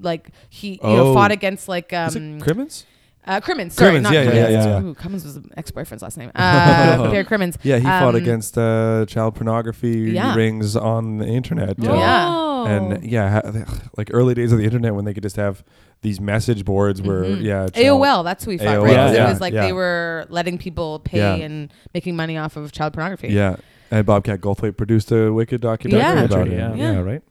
like he you know,
Oh.
fought against like um
Is it Crimmins?
uh, Crimmins, sorry,
Crimmins,
not
yeah, yeah,
Crimmins.
yeah, yeah.
Ooh, Cummins was an ex-boyfriend's last name. Uh, Barry Crimmins.
Yeah, he fought
Um,
against uh, child pornography
yeah. Oh,
rings on the internet.
Yeah. Yeah.
Oh.
And yeah, ha- like early days of the internet when they could just have these message boards where
Mm-hmm.
yeah, child-
AOL, that's who he fought.
AOL,
right? 'Cause
yeah,
it was like
yeah.
they were letting people pay
Yeah.
and making money off of child pornography.
Yeah. And Bobcat Goldthwait produced a wicked documentary
Yeah.
about
Yeah.
it.
Yeah.
right.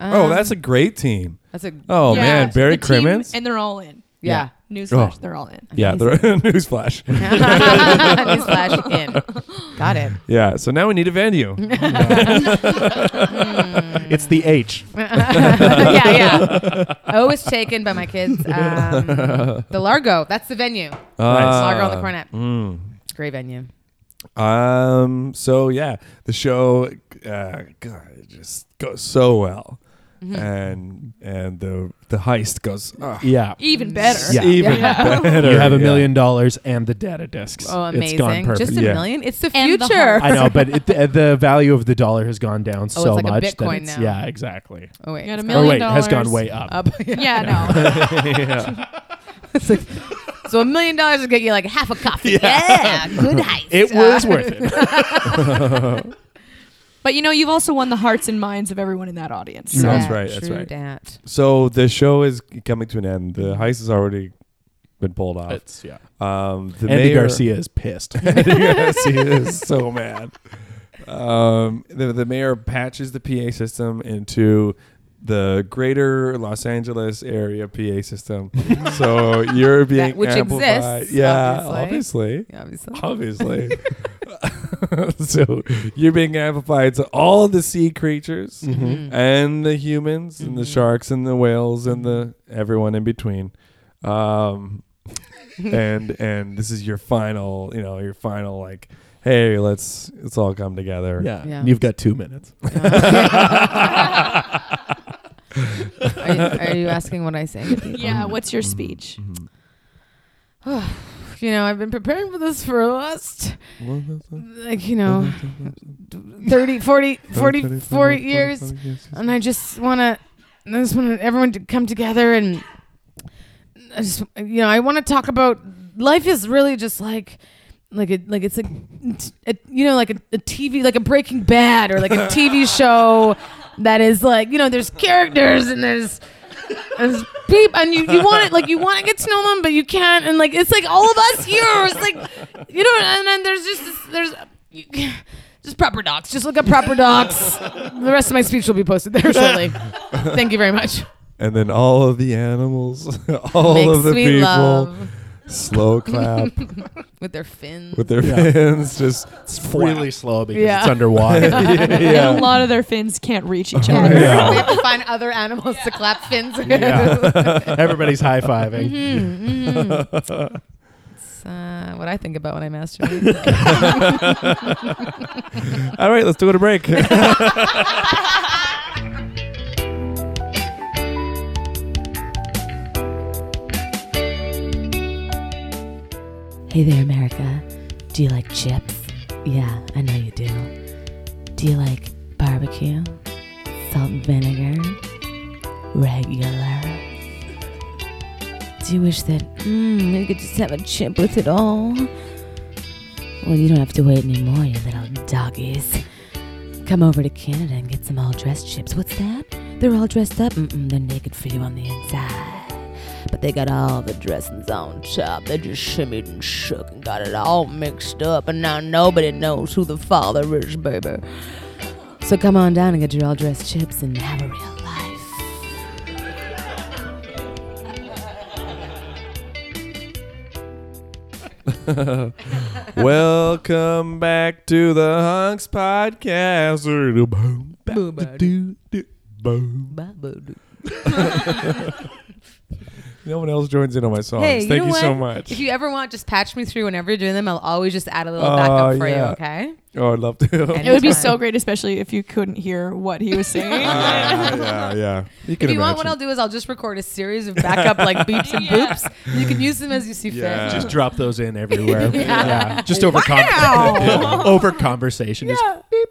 Um,
oh, that's a great team.
that's a
Oh man, Barry
the team,
Crimmins.
and they're all in.
yeah.
Newsflash,
Oh.
they're all in.
yeah, they're newsflash.
Newsflash in. Got it.
Yeah, so now we need a venue.
It's the H.
Mm. yeah, yeah. O was taken by my kids. Um, the Largo, that's the venue. Largo on the Cornet. Great venue.
Mm. Um. So yeah, the show, uh, God, it just goes so well, and and the the heist goes ah,
Yeah.
Even better.
Yeah.
even better.
You have a
Yeah.
million dollars and the data discs.
Oh,
It's gone
amazing.
perfect.
Just a
Yeah.
million? It's the
And the
future.
heart.
I know, but it, the, the value of the dollar has gone down
Oh,
so
it's like a
much. that
Bitcoin
it's-
now.
Yeah, exactly.
oh,
You
wait.
got a
it's
Or
million
wait, has
dollars.
gone way up.
up.
Yeah, no.
It's like- so a million dollars will get you like half a coffee. Yeah. Good heist. Uh,
It was worth it.
But you know, you've also won the hearts and minds of everyone in that audience. So.
That's right, that's
true
right.
Dat.
So the show is coming to an end. The heist has already been pulled off.
It's- yeah.
um, the
Andy
mayor-
Garcia is pissed.
Andy Garcia is so mad. Um, the, the mayor patches the PA system into the greater Los Angeles area PA system. so you're being
That- which
amplified.
exists,
yeah,
obviously.
obviously.
Yeah, obviously.
Obviously. so you're being amplified to all the sea creatures
Mm-hmm.
Mm-hmm.
and the humans and the sharks and the whales and the everyone in between. Um, and and this is your final, you know, your final like, hey, let's let's all come together.
yeah.
Yeah.
You've got two minutes.
Are you, are you asking what I sang? to people?
Yeah, what's your speech?
You know, I've been preparing for this for the last, like, you know,
Mm-hmm.
30, 40, 40, 40 years. And I just want to, I just want everyone to come together and I just, you know, I want to talk about life is really just like, like it, like it's like, a, you know, like a, a TV, like a Breaking Bad or like a TV show that is like, you know, there's characters and there's, there's peep and you, you want it like you want to get to know them but you can't and like it's like all of us here it's like you know and then there's just this, there's you, just proper docs just look up proper docs the rest of my speech will be posted there shortly thank you very much
And then all of the animals, all
Make
of the
sweet
people,
love
slow clap
with their fins
with their
Yeah.
hands, just
It's really slow because
Yeah.
it's underwater.
And a lot of their fins can't reach each other.
we have to find other animals to clap fins with
Everybody's high fiving.
Mm-hmm.
It's, uh, what I think about when I masturbate
All right, let's do it a break.
Hey there, America. Do you like chips? Yeah, I know you do. Do you like barbecue? Salt and vinegar? Regular? Do you wish that, mmm, you could just have a chip with it all? Well, you don't have to wait anymore, you little doggies. Come over to Canada and get some all dressed chips. What's that? They're all dressed up? Mm-mm, they're naked for you on the inside but they got all the dressings on top. They just shimmied and shook and got it all mixed up, and now nobody knows who the father is, baby. So come on down and get your all dressed chips and have a real life.
Welcome back to the Hunks Podcast. Boom, ba- do, do, boom. No one else joins in on my songs.
Hey, you
Thank
know
you so
what?
much.
if you ever want just patch me through whenever you're doing them I'll always just add a little
Oh,
backup for
yeah.
you okay
Oh, I'd love to.
It would be
Anytime.
so great, especially if you couldn't hear what he was saying.
Ah, yeah, yeah. You
If
can
you want, what I'll
imagine.
do is I'll just record a series of backup like beeps and
Yeah.
boops. You can use them as you see
Yeah.
fit.
Just drop those in everywhere. yeah. Just over, con- over conversation. Just beep, beep,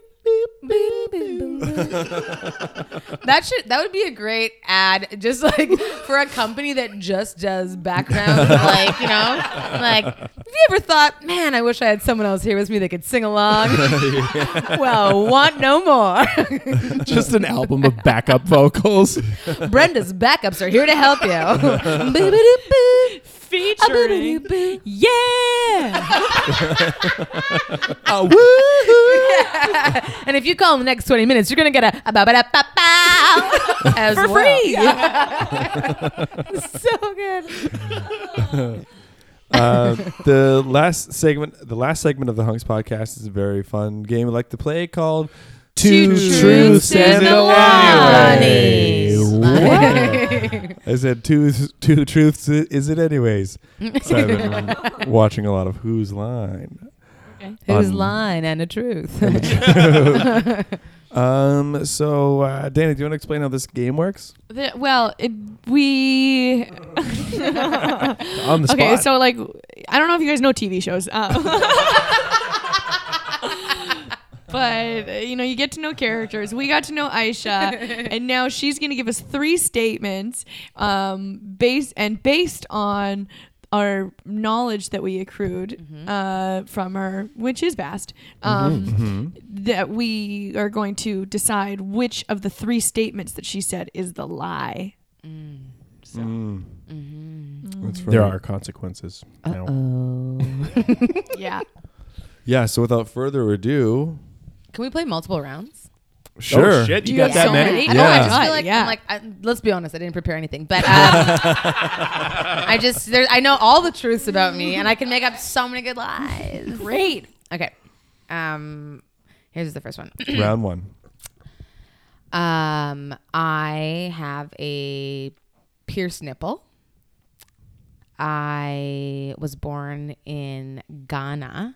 That should that would be a great ad, just like for a company that just does background, like you know, like have you ever thought, man, I wish I had someone else here with me that could sing along? well, want no more.
Just an album of backup vocals.
Brenda's backups are here to help you.
Featuring. Yeah.
and if you call in the next twenty minutes, you're gonna get a, a ba ba da ba ba as
For
well.
free.
so good.
Uh, the last segment, the last segment of the Hunks podcast is a very fun game I like to play called
Two
Truths and a Lie.
I said two two truths. i- Is it anyways? So I've been watching a lot of Who's Line.
Who's
Um,
lying and the truth?
Um. So, uh, Danny, do you want to explain how this game works?
The- well, it, we.
On the
okay,
spot.
so like, I don't know if you guys know TV shows. Uh, But uh, you know, you get to know characters. We got to know Aisha, and now she's going to give us three statements, um, based and based on our knowledge that we accrued uh, from her, which is vast. Um, That we are going to decide which of the three statements that she said is the lie.
That's
There
right.
are consequences.
Oh.
Yeah.
Yeah. So, without further ado,
Can we play multiple rounds?
sure.
Oh, shit, you
You
got
have
that
so
many?
many? Oh,
I don't know, I just
Yeah.
feel like
Yeah.
I'm like I, let's be honest, I didn't prepare anything, but um, I just there, I know all the truths about me, and I can make up so many good lies.
Great.
Okay, um, here's the first one.
Round one.
Um, I have a pierced nipple. I was born in Ghana.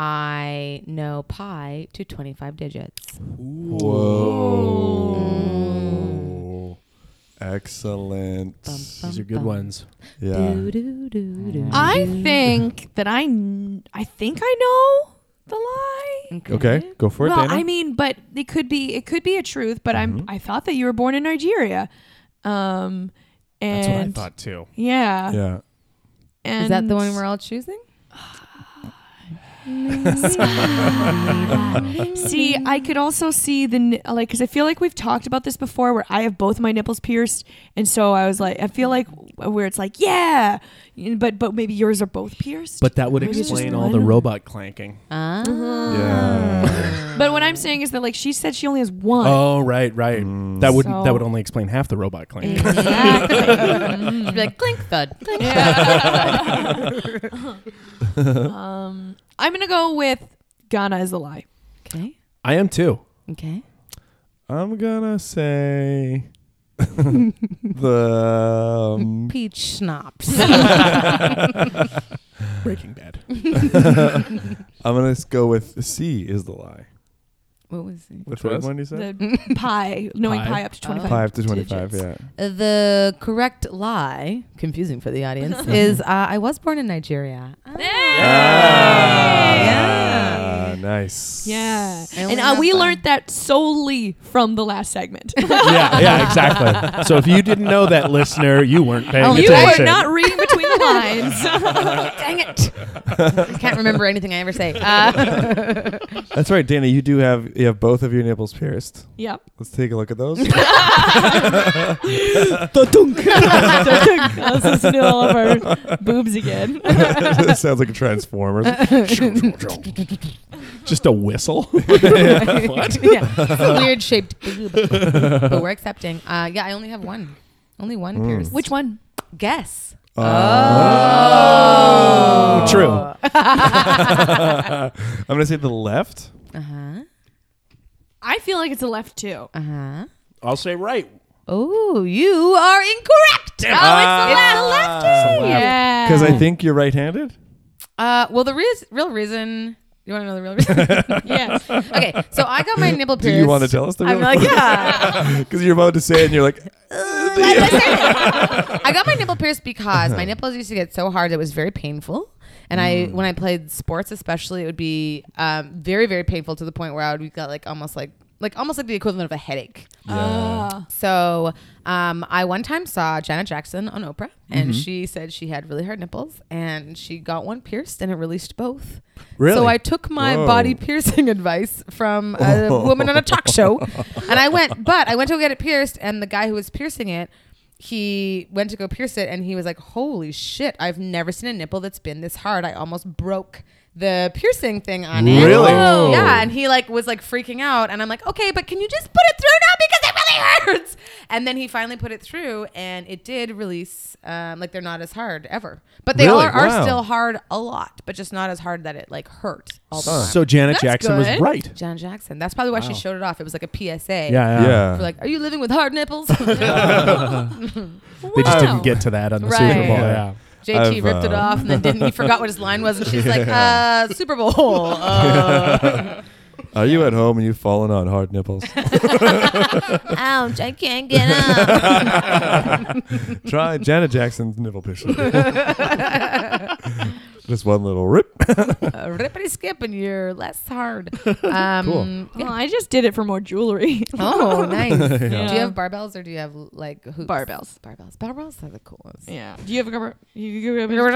I know pi to 25 digits.
Whoa. Excellent.
These are good ones.
Uh,
Yeah.
Ah,
I think that I, kn- I think I know the lie.
Okay. Go for it,
Well,
Danny.
I mean, but it could be it could be a truth. But I'm
Mm-hmm.
I thought that you were born in Nigeria, um, and
That's what I thought too.
yeah,
yeah.
and
Is that the one we're all choosing?
See, I could also see the n- like because I feel like we've talked about this before, where I have both my nipples pierced, and so I was like, I feel like where it's like, yeah, but but maybe yours are both pierced.
But that would
Maybe it's just Oh.
explain all
one
the
of-
robot clanking.
Ah.
Yeah.
Uh-huh. But what I'm saying is that like she said she only has one.
Oh, right, right. That would
So-
that would only explain half the robot clanking.
Exactly.
She'd be like, clink thud. Clink.
um, I'm gonna go with Ghana is the lie.
Okay.
I am too.
Okay.
I'm gonna say the um,
Peach schnapps.
Breaking Bad.
I'm gonna s- go with C is the lie.
what was it?
The third
was?
one you said?
The pie, knowing
Pie.
pie, up to 25.
Five to twenty-five.
digits.
Yeah.
The correct lie, confusing for the audience, is uh, I was born in Nigeria.
Ah, nice.
Yeah.
I only
And uh,
have
we
five.
learned that solely from the last segment.
yeah, yeah, exactly. So if you didn't know that, listener, you weren't paying
Oh,
you
attention.
were not reading between the lines.
Dang it. I can't remember anything I ever say. Uh,
That's right, Danny. You do have you have both of your nipples pierced.
yep.
Let's take a look at those.
I was listening to all of our boobs again.
sounds like a Transformers.
Just a whistle.
yeah. It's a weird shaped boob. but we're accepting. Uh, yeah, I only have one. Only one pierced.
Which one?
Guess.
Oh.
True.
Uh-huh.
I'm gonna say the left.
Uh huh.
I feel like it's a left two.
Uh huh.
I'll say right.
Oh, you are incorrect.
Ah.
oh, it's the left.
Yeah.
Because I think you're right-handed.
Uh, well, the reas real reason. You want to know the real reason?
yeah.
okay, so I got my nipple
Do
pierced.
you want to tell us the real?
I'm like, yeah.
Because you're about to say it, and you're like, "Uh, Uh-huh.
Like I said, I got my nipple pierced because my nipples used to get so hard it was very painful. And
Mm.
I, when I played sports, especially, it would be um, very, very painful to the point where I would get like almost like, like almost like the equivalent of a headache.
Ah.
So um, I one time saw Janet Jackson on Oprah, and she said she had really hard nipples, and she got one pierced, and it released both.
Really?
So I took my
Whoa.
body piercing advice from a woman on a talk show, and I went. But I went to go get it pierced, and the guy who was piercing it. He went to go pierce it and he was like, Holy shit, I've never seen a nipple that's been this hard. I almost broke the piercing thing on it.
Really?
Whoa.
Yeah, and he like was like freaking out and i'm like okay but can you just put it through now because it really hurts and then he finally put it through and it did release um, like they're not as hard ever but they
Really?
are, are
Wow.
still hard a lot but just not as hard that it like hurt all the time
So Janet
That's
Jackson was
good.
right.
john jackson that's probably why she showed it off it was like a psa
Yeah, yeah.
Yeah.
for like are you living with hard nipples
They just
Wow.
didn't get to that on the
Right.
Super Bowl.
Yeah.
Yeah.
JT
I've,
ripped it
uh,
off and then didn't he forgot what his line was and she's like uh super bowl uh,
Are you at home and you've fallen on hard nipples?
Ouch, I can't get up.
Try Janet Jackson's nipple piercing. Just one little rip.
rippity skip and you're less hard um
Well, I just did it for more jewelry.
Oh, nice. Do you
Yeah.
have barbells or do you have like hoops?
Barbells.
Barbells. Barbells are the coolest.
yeah. Do you have a cover? You, you, you,
you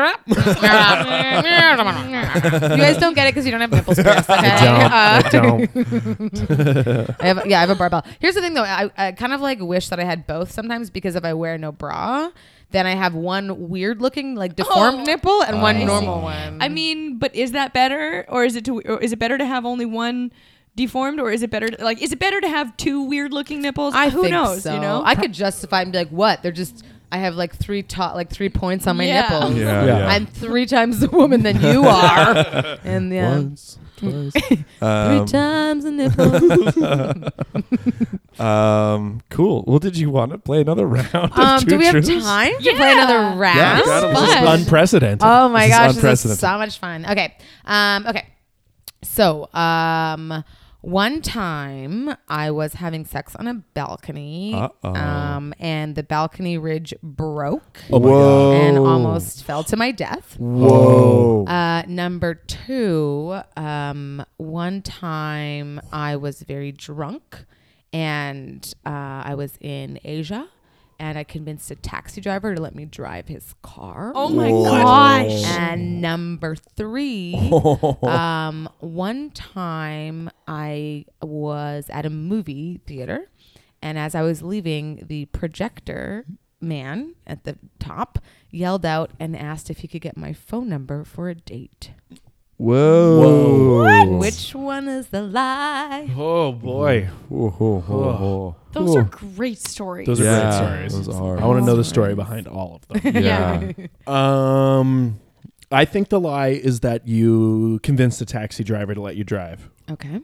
guys don't get it because you don't have nipples pierced. Okay?
I
Uh,
don't. I
I have, yeah, I have a barbell. Here's the thing, though. I, I kind of like wish that I had both sometimes because if I wear no bra, then I have one weird-looking, like deformed
Oh.
nipple and one
I
normal
see.
one.
I mean, but is that better, or is it to, or is it better to have only one deformed, or is it better to, like is it better to have two weird looking nipples?
I
who
think
knows,
so.
you know?
I could justify and be like, "What? They're just." I have like three top, like three points on my
Yeah.
nipples.
Yeah,
Yeah.
yeah.
I'm three times the woman than you are. and yeah,
Once, twice. Um,
times the nipple.
um, cool. Well, did you want to play another round? Of
um, do
Two
we have
Truths?
time to
Yeah.
play another round?
Yeah, we gotta
This is
This is
fun.
unprecedented.
Oh my
This is
gosh, this is
unprecedented.
so much fun. Okay, um, okay. So, um, one time I was having sex on a balcony,
Uh-oh.
um, and the balcony ridge broke
Whoa.
and almost fell to my death.
Whoa.
Uh, number two, um, one time I was very drunk and uh, I was in Asia and I convinced a taxi driver to let me drive his car.
oh my gosh.
And number three, um, one time I was at a movie theater, and as I was leaving, the projector man at the top yelled out and asked if he could get my phone number for a date.
Whoa.
Which one is the lie?
Oh boy.
Whoa, whoa, whoa, whoa.
Those are great stories.
Those are
Yeah,
great stories.
those are.
I want to know the story behind all of them.
Yeah.
Um, I think the lie is that you convinced the taxi driver to let you drive.
Okay.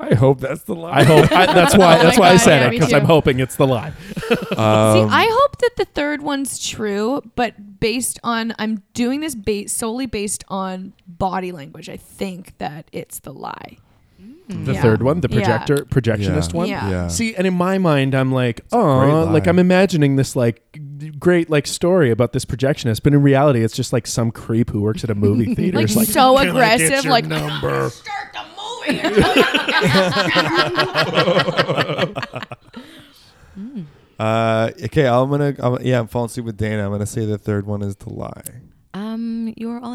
I hope that's the lie.
I hope I, that's why.
Oh
that's
my
why I
God,
said
yeah,
it
me
because
too.
I'm hoping it's the lie.
See, I hope that the third one's true, but based on I'm doing this ba- solely based on body language. I think that it's the lie.
The
Yeah.
third one, the
Yeah.
projector projectionist
Yeah.
one.
Yeah.
Yeah.
See, and in my mind, I'm like,
great
oh,
lie.
like I'm imagining this like g- great like story about this projectionist, but in reality, it's just like some creep who works at a movie theater.
Like,
It's like,
so aggressive, like
Uh, okay, I'm gonna. I'm, yeah, I'm falling asleep with Dana. I'm gonna say the third one is the lie.
Um, you're all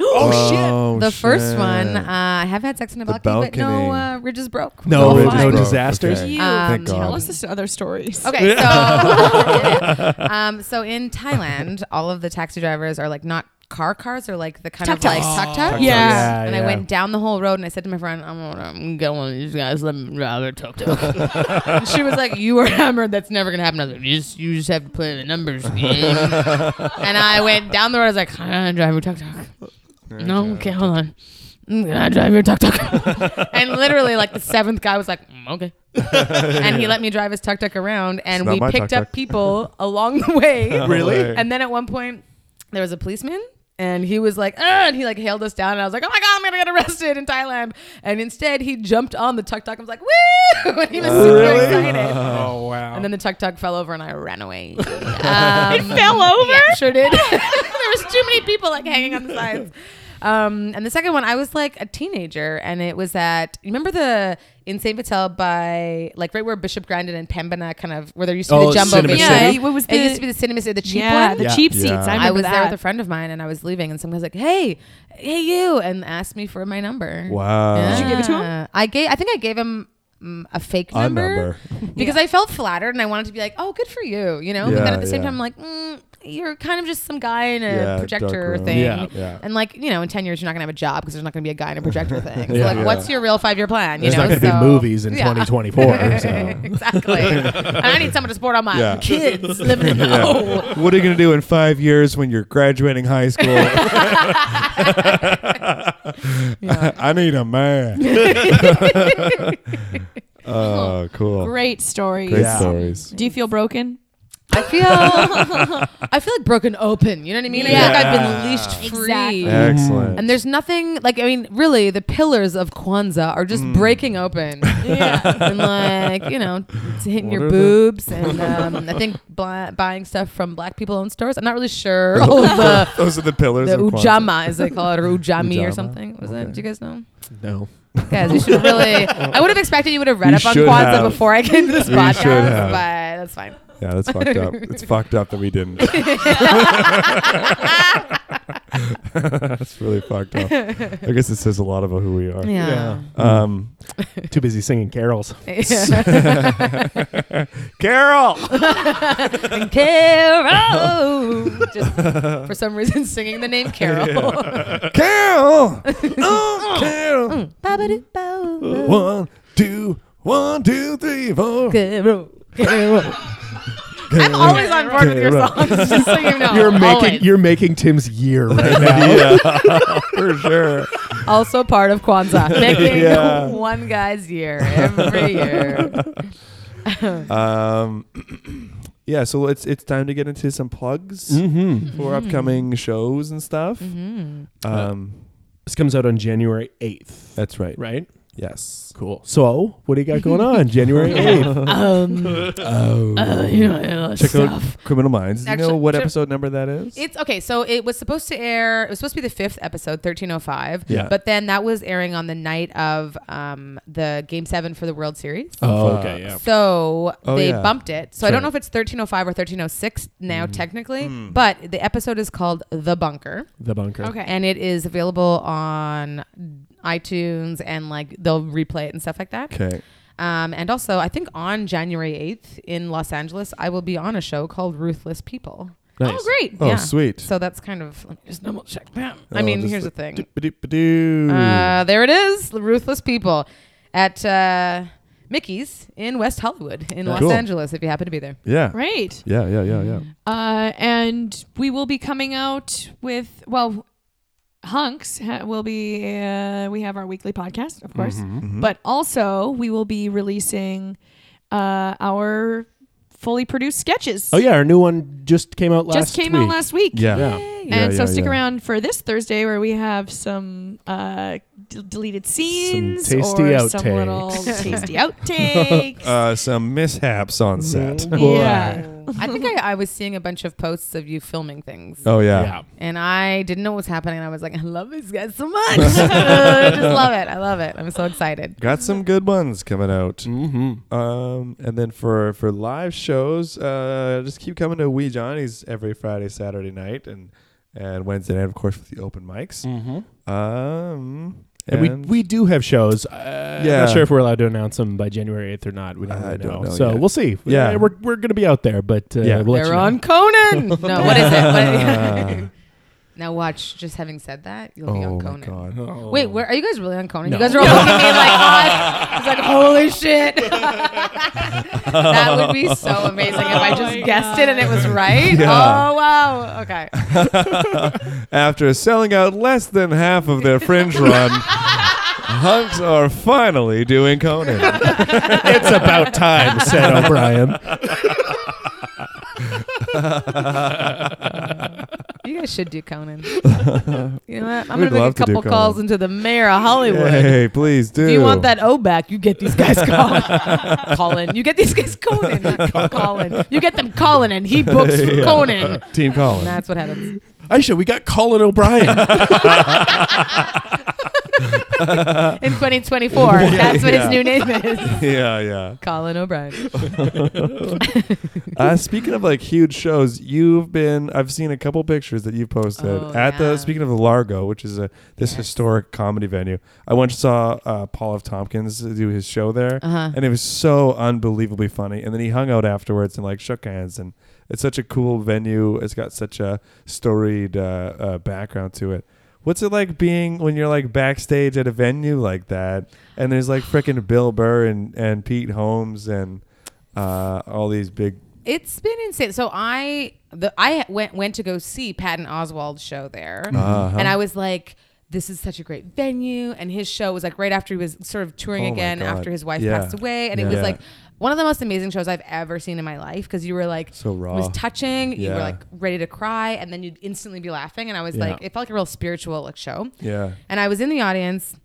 Oh, shit!
the first one, uh, I have had sex on a
The
balcony, but no
balcony.
uh, ridges broke. Um,
no,
Oh,
no,
it's broke.
disasters.
Okay.
you.
Thank
Tell
God.
us the other stories.
Okay, so um, so in Thailand, all of the taxi drivers are like not car cars, are like the kind of like tuk tuk.
Yeah.
Oh. Yeah,
And I
yeah.
went down the whole road and I said to my friend, I'm gonna I'm get one of these guys, let me drive their tuk tuk. And she was like, You are hammered, that's never gonna happen. I was like, you just you just have to play the numbers game. and I went down the road, I was like, Can I drive your tuk tuk? No, okay, hold on. Mm, Can I drive your tuk tuk? and literally like the seventh guy was like, "Mm, Okay. and he let me drive his tuk tuk around and
It's not
we
my
picked
tuk-tuk.
up people along the way.
Really?
And then at one point, there was a policeman. And he was like, ah, and he like hailed us down, and I was like, oh my god, I'm gonna get arrested in Thailand. And instead, he jumped on the tuk tuk and was like, woo! And he was super
Really?
excited.
Oh wow.
And then the tuk tuk fell over, and I ran away. Um,
It fell over.
yeah, sure did. there there was too many people like hanging on the sides. Um, and the second one, I was like a teenager, and it was at you remember the Insane Patel by like right where Bishop Grandin and Pembina kind of where there used to be
Oh,
the jumbo
Cinema
video.
City?
Yeah, what was
it used
the-
to be the cinema City, the cheap
yeah,
one.
the
Yeah.
cheap seats.
Yeah. I
I remember
I was
that.
there with a friend of mine, and I was leaving, and someone was like, "Hey, hey, you," and asked me for my number.
Wow.
Did you give it to him?
Yeah. Uh, I gave. I think I gave him mm, a fake
A
number,
number.
because I felt flattered and I wanted to be like, "Oh, good for you," you know. but
Yeah,
then at the same
yeah.
time, I'm like, mm, "You're kind of just some guy in a
Yeah, dark
projector
room.
thing."
Yeah.
Yeah.
And like you know, in ten years, you're not gonna have a job because there's not gonna be a guy in a projector thing. So
Yeah.
like,
Yeah.
what's your real five year plan? You
There's
know,
not going to
So-
be movies in
Yeah.
2024. So. Mm-hmm.
exactly. and I need someone to support all my
Yeah.
kids living in the
Yeah.
hole.
What are you going to do in five years when you're graduating high school? I need a man. oh, cool.
Great stories.
Great stories.
Do you feel broken?
I feel I feel like broken open. You know what I mean? I feel like I've
Yeah.
been leashed free.
Exactly.
Excellent.
And there's nothing like I mean, really, the pillars of Kwanzaa are
Mm.
just breaking open. Yeah, and like you know, it's hitting
What
your
are the-
boobs, and um, I think bla- buying stuff from black people-owned stores. I'm not really sure. All of the
Those are the pillars.
the
of Kwanzaa.
ujama, as they call it, or ujami or
Ujama?
something. Was it? Do you guys know?
No.
Guys, you should really. I would have expected you would have read
You
up on
should
Kwanzaa
have.
before I came to this
You
podcast,
should have.
but that's fine.
Yeah, that's fucked up. It's fucked up that we didn't. that's really fucked up. I guess it says a lot about who we are.
Yeah.
Um,
Too busy singing carols.
Carol.
and Carol. Just for some reason singing the name Carol.
Carol. Oh, Carol.
Mm-hmm. Ba-ba-doo, ba-ba-doo.
One, two, one, two, three, four.
Carol. Carol. I'm always on board with your
Carol.
songs, just so you know.
You're making
Always.
you're making Tim's year right now.
yeah, for sure.
also part of Kwanzaa. Making
Yeah.
one guy's year every year.
Um, yeah, so it's it's time to get into some plugs for
Mm-hmm.
upcoming shows and stuff. Um,
This comes out on January 8th,
that's right.
right?
Yes.
Cool. So, what do you got going on January 8th?
Check out Criminal Minds. Do you know
Actually,
what
should-
episode number that is?
It's okay. So it was supposed to air. It was supposed to be the fifth episode, thirteen oh five.
Yeah.
But then that was airing on the night of um, the Game Seven for the World Series.
Oh, okay, yeah.
So
Oh,
they
yeah.
bumped it. So I
Sure.
don't
Mm-hmm.
know if it's thirteen oh five or thirteen oh six now technically, but the episode is called The Bunker,
The bunker.
Okay.
and it is available on iTunes and like they'll replay it and stuff like that.
Okay.
Um, and also, I think on January eighth in Los Angeles, I will be on a show called Ruthless People.
Nice.
Oh, great.
Oh, sweet.
So that's kind of let me just double check that. I
Oh,
mean,
just
here's the
like
thing.
doop-a-doop-a-doo.
Uh, there it is, the ruthless people at uh, Mickey's in West Hollywood in Los
Cool.
Angeles. If you happen to be there,
yeah.
Great.
Yeah, yeah, yeah, yeah.
Uh, and we will be coming out with well, hunks ha- will be. Uh, we have our weekly podcast, of course,
Mm-hmm.
but also we will be releasing uh, our fully produced sketches.
Oh yeah, our new one just came out last
just came out
week.
last week.
Yeah.
Yeah.
And
Yeah,
so
yeah,
stick
yeah.
around for this Thursday where we have some uh, d- deleted scenes
tasty
or some
outtakes.
little tasty outtakes.
Uh, some mishaps on set.
Mm-hmm.
yeah.
I think I, I was seeing a bunch of posts of you filming things,
Oh yeah.
Yeah.
and I didn't know what was happening. And I was like, I love these guys so much. I just love it. I love it. I'm so excited.
Got some good ones coming out. Mm-hmm. Um, and then for for live shows, uh, just keep coming to Wee Johnny's every Friday, Saturday night, and and Wednesday night, of course, with the open mics. Mm-hmm. Um,
And, we, we do have shows. Uh,
Yeah.
I'm not sure if we're allowed to announce them by January 8th or not. We don't,
I
really
don't know
So
yet.
we'll see.
Yeah.
Uh, we're, we're going to be out there, but uh,
Yeah.
we'll let you
They're
know.
on Conan. no, what is it?
Ah.
What- now watch. Just having said that, you'll be
oh
on
my
Conan.
god.
Wait, where are you guys really on Conan?
No.
You guys are all looking at me like, it's like, holy shit. that would be so amazing if I just
my
guessed it and it was right.
Yeah.
Oh, wow. Okay.
After selling out less than half of their fringe run, hunks are finally doing Conan.
it's about time, said O'Brien.
You guys should do Conan. You know what? I'm
We'd
gonna make
love
a
to do
couple calls
Conan.
into the mayor of Hollywood.
Hey, please do.
If you want that O back, you get these guys called. Colin. You get these guys Conan, not Col- Colin. You get them Colin, and he books for
Yeah.
Conan.
Team
And
Colin.
that's what happens.
Aisha, we got Colin O'Brien.
In 2024,
Yeah,
that's what
yeah.
his new name is.
yeah, yeah.
Colin O'Brien.
Uh, speaking of like huge shows, you've been. I've seen a couple pictures that you posted
Oh,
at
yeah.
the. Speaking of the Largo, which is a this
Yes.
historic comedy venue, I once saw uh, Paul F. Tompkins do his show there,
Uh-huh.
and it was so unbelievably funny. And then he hung out afterwards and like shook hands, and it's such a cool venue. It's got such a storied uh, uh, background to it. What's it like being when you're like backstage at a venue like that, and there's like freaking Bill Burr and and Pete Holmes and uh, all these big
It's been insane. So I the I went went to go see Patton Oswald's show there,
Uh-huh.
and I was like. This is such a great venue, and his show was like right after he was sort of touring
Oh my
again
God.
after his wife
Yeah.
passed away, and it
Yeah.
was
Yeah.
like one of the most amazing shows I've ever seen in my life because you were like
So raw.
it was touching, you were
Yeah.
like ready to cry, and then you'd instantly be laughing, and I was
Yeah.
like, it felt like a real spiritual like show.
Yeah.
And I was in the audience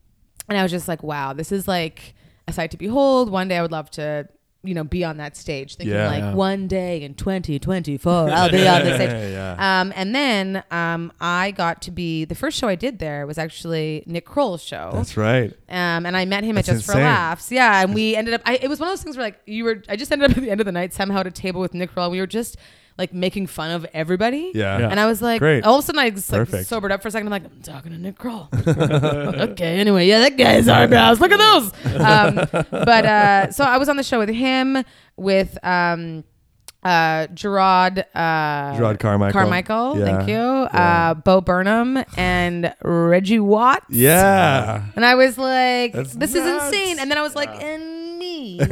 and I was just like, wow, this is like a sight to behold. One day I would love to, you know, be on that stage. Thinking
Yeah.
like,
Yeah.
one day in 2024, I'll be on the stage.
Yeah.
Um, and then um, I got to be, the first show I did there was actually Nick Kroll's show.
That's right.
Um, and I met him at
That's
Just for
insane.
Laughs. Yeah, and we ended up. I, it was one of those things where like you were. I just ended up at the end of the night somehow at a table with Nick Kroll. and We were just like making fun of everybody.
Yeah.
Yeah.
And I was like,
Great.
all of a sudden I just like
Perfect.
sobered up for a second. I'm like, I'm talking to Nick Kroll. okay. Anyway, yeah, that guy's our boss. Look at those. Um, but uh, so I was on the show with him with. Um, uh, Gerard, uh,
Gerard Carmichael.
Carmichael,
Yeah.
thank you.
Yeah.
Uh, Bo Burnham and Reggie Watts.
Yeah.
And I was like,
That's
this
nuts.
is insane. And then I was like, and me. so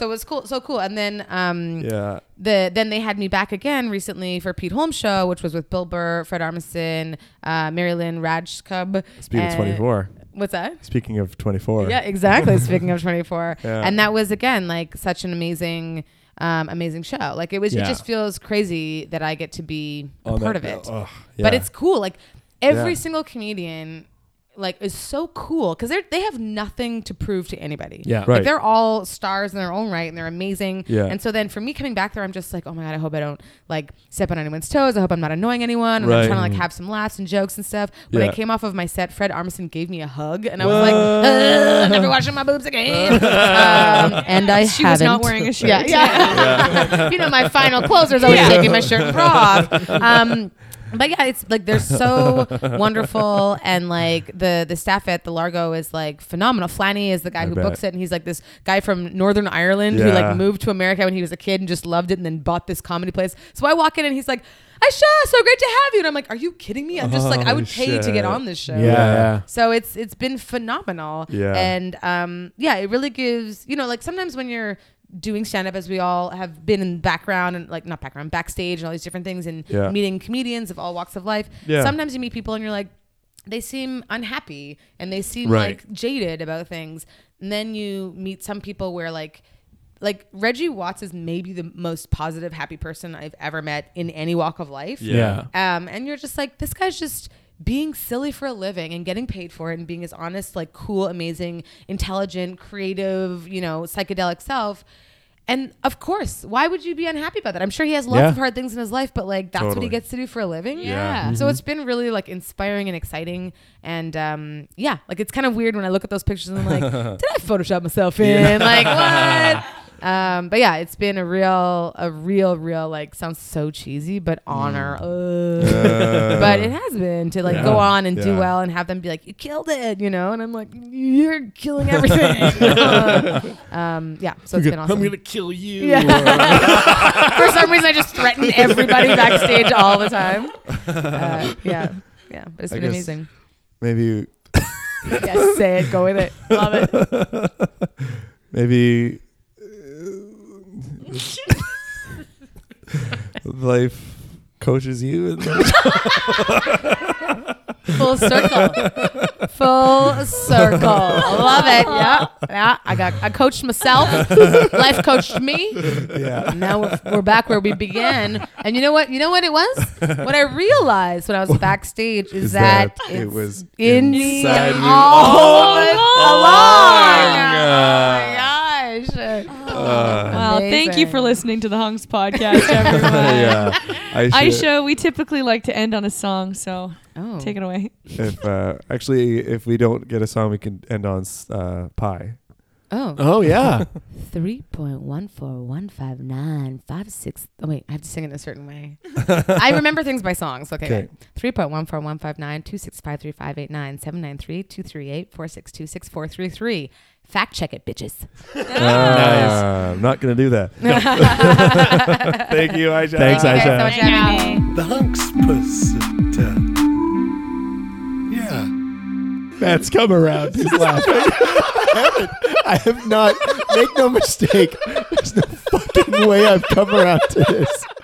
it was cool. So cool. And then um
Yeah.
the then they had me back again recently for Pete Holmes show, which was with Bill Burr, Fred Armisen, uh, Marilyn Rajcub.
Speaking of
and-
24.
What's that?
Speaking of 24.
Uh, Yeah, exactly. Speaking of 24.
Yeah.
And that was again like such an amazing um, amazing show. Like it was
Yeah.
it just feels crazy that I get to be a
On
part
that-
of it
Ugh,
but
yeah.
it's cool. Like every
Yeah.
single comedian, like is so cool because they they have nothing to prove to anybody.
Yeah.
like,
Right.
They're all stars in their own right, and they're amazing.
Yeah.
And so then for me coming back there, I'm just like, oh my god, I hope I don't like step on anyone's toes. I hope I'm not annoying anyone. And
Right. Mm.
I'm trying to like have some laughs and jokes and stuff. When
Yeah.
I came off of my set, Fred Armisen gave me a hug, and I was like, "Ugh, I'm never washing my boobs again. um, and I
She was not
haven't.
wearing a shirt.
Yeah, yeah. you know, my final closer is always taking my shirt and bra off. Um, but yeah, it's like they're so wonderful, and like the the staff at the Largo is like phenomenal. Flanny is the guy
I
who
bet.
books it, and he's like this guy from Northern Ireland who
Yeah.
like moved to America when he was a kid and just loved it, and then bought this comedy place. So I walk in, and he's like, "Aisha, so great to have you," and I'm like, "Are you kidding me? I'm just like, I
Holy
would pay to
shit.
get on this show."
yeah.
So it's it's been phenomenal.
Yeah.
And um yeah, it really gives you know, like sometimes when you're doing stand up as we all have been in background and like not background, backstage and all these different things and
Yeah.
meeting comedians of all walks of life.
Yeah.
Sometimes you meet people and you're like, they seem unhappy and they seem
Right.
like jaded about things. And then you meet some people where like like Reggie Watts is maybe the most positive, happy person I've ever met in any walk of life.
Yeah.
Um, and you're just like, this guy's just being silly for a living and getting paid for it and being his honest, like cool, amazing, intelligent, creative, you know, psychedelic self. And of course, why would you be unhappy about that? I'm sure he has lots
Yeah.
of hard things in his life, but like that's what
Totally.
he gets to do for a living.
Yeah.
So it's been really like inspiring and exciting. And um, yeah, like it's kind of weird when I look at those pictures and I'm like, did I Photoshop myself in? Like what? Um, but yeah, it's been a real, a real, real like sounds so cheesy, but honor. Ugh.
Uh,
but it has been to like go on and do
Yeah.
well and have them be like, you killed it, you know? And I'm like, you're killing everything. um, yeah, so it's been awesome.
I'm gonna kill you.
Yeah. For some reason, I just threaten everybody backstage all the time. Uh, yeah. Yeah. But it's
I
been
guess-
amazing.
maybe
Yes, say it. Go with it. Love it.
maybe uh, life coaches you. And
Full full circle. full circle. I love it. Yeah. Yeah. I got I coached myself. Life coached me.
Yeah.
Now we're, we're back where we began. And you know what? You know what it was? What I realized when I was backstage is,
Is
that,
that it
it's
was
in me
inside you
all
all
along. Oh my gosh.
Wow, thank you for
Amazing.
listening to the Hunks podcast, everyone.
yeah. I should,
I show we typically like to end on a song, so
Oh.
take it away.
If, uh, actually, if we don't get a song, we can end on uh, pie.
Oh.
Oh yeah.
3.1415956.
Oh wait, I have to sing it in a certain way. I remember things by songs. Okay.
Okay.
Three point one four one five nine two six five three five eight nine seven nine three two three eight four six two six four three three. Fact check it, bitches.
Ah, I'm not going to do that. Thank you, Aisha.
Thanks,
Thank you guys so much
Aisha.
for having me.
The hunks pursuit. Yeah.
Matt's come around. He's laughing. I have not. Make no mistake. There's no fucking way I've come around to this.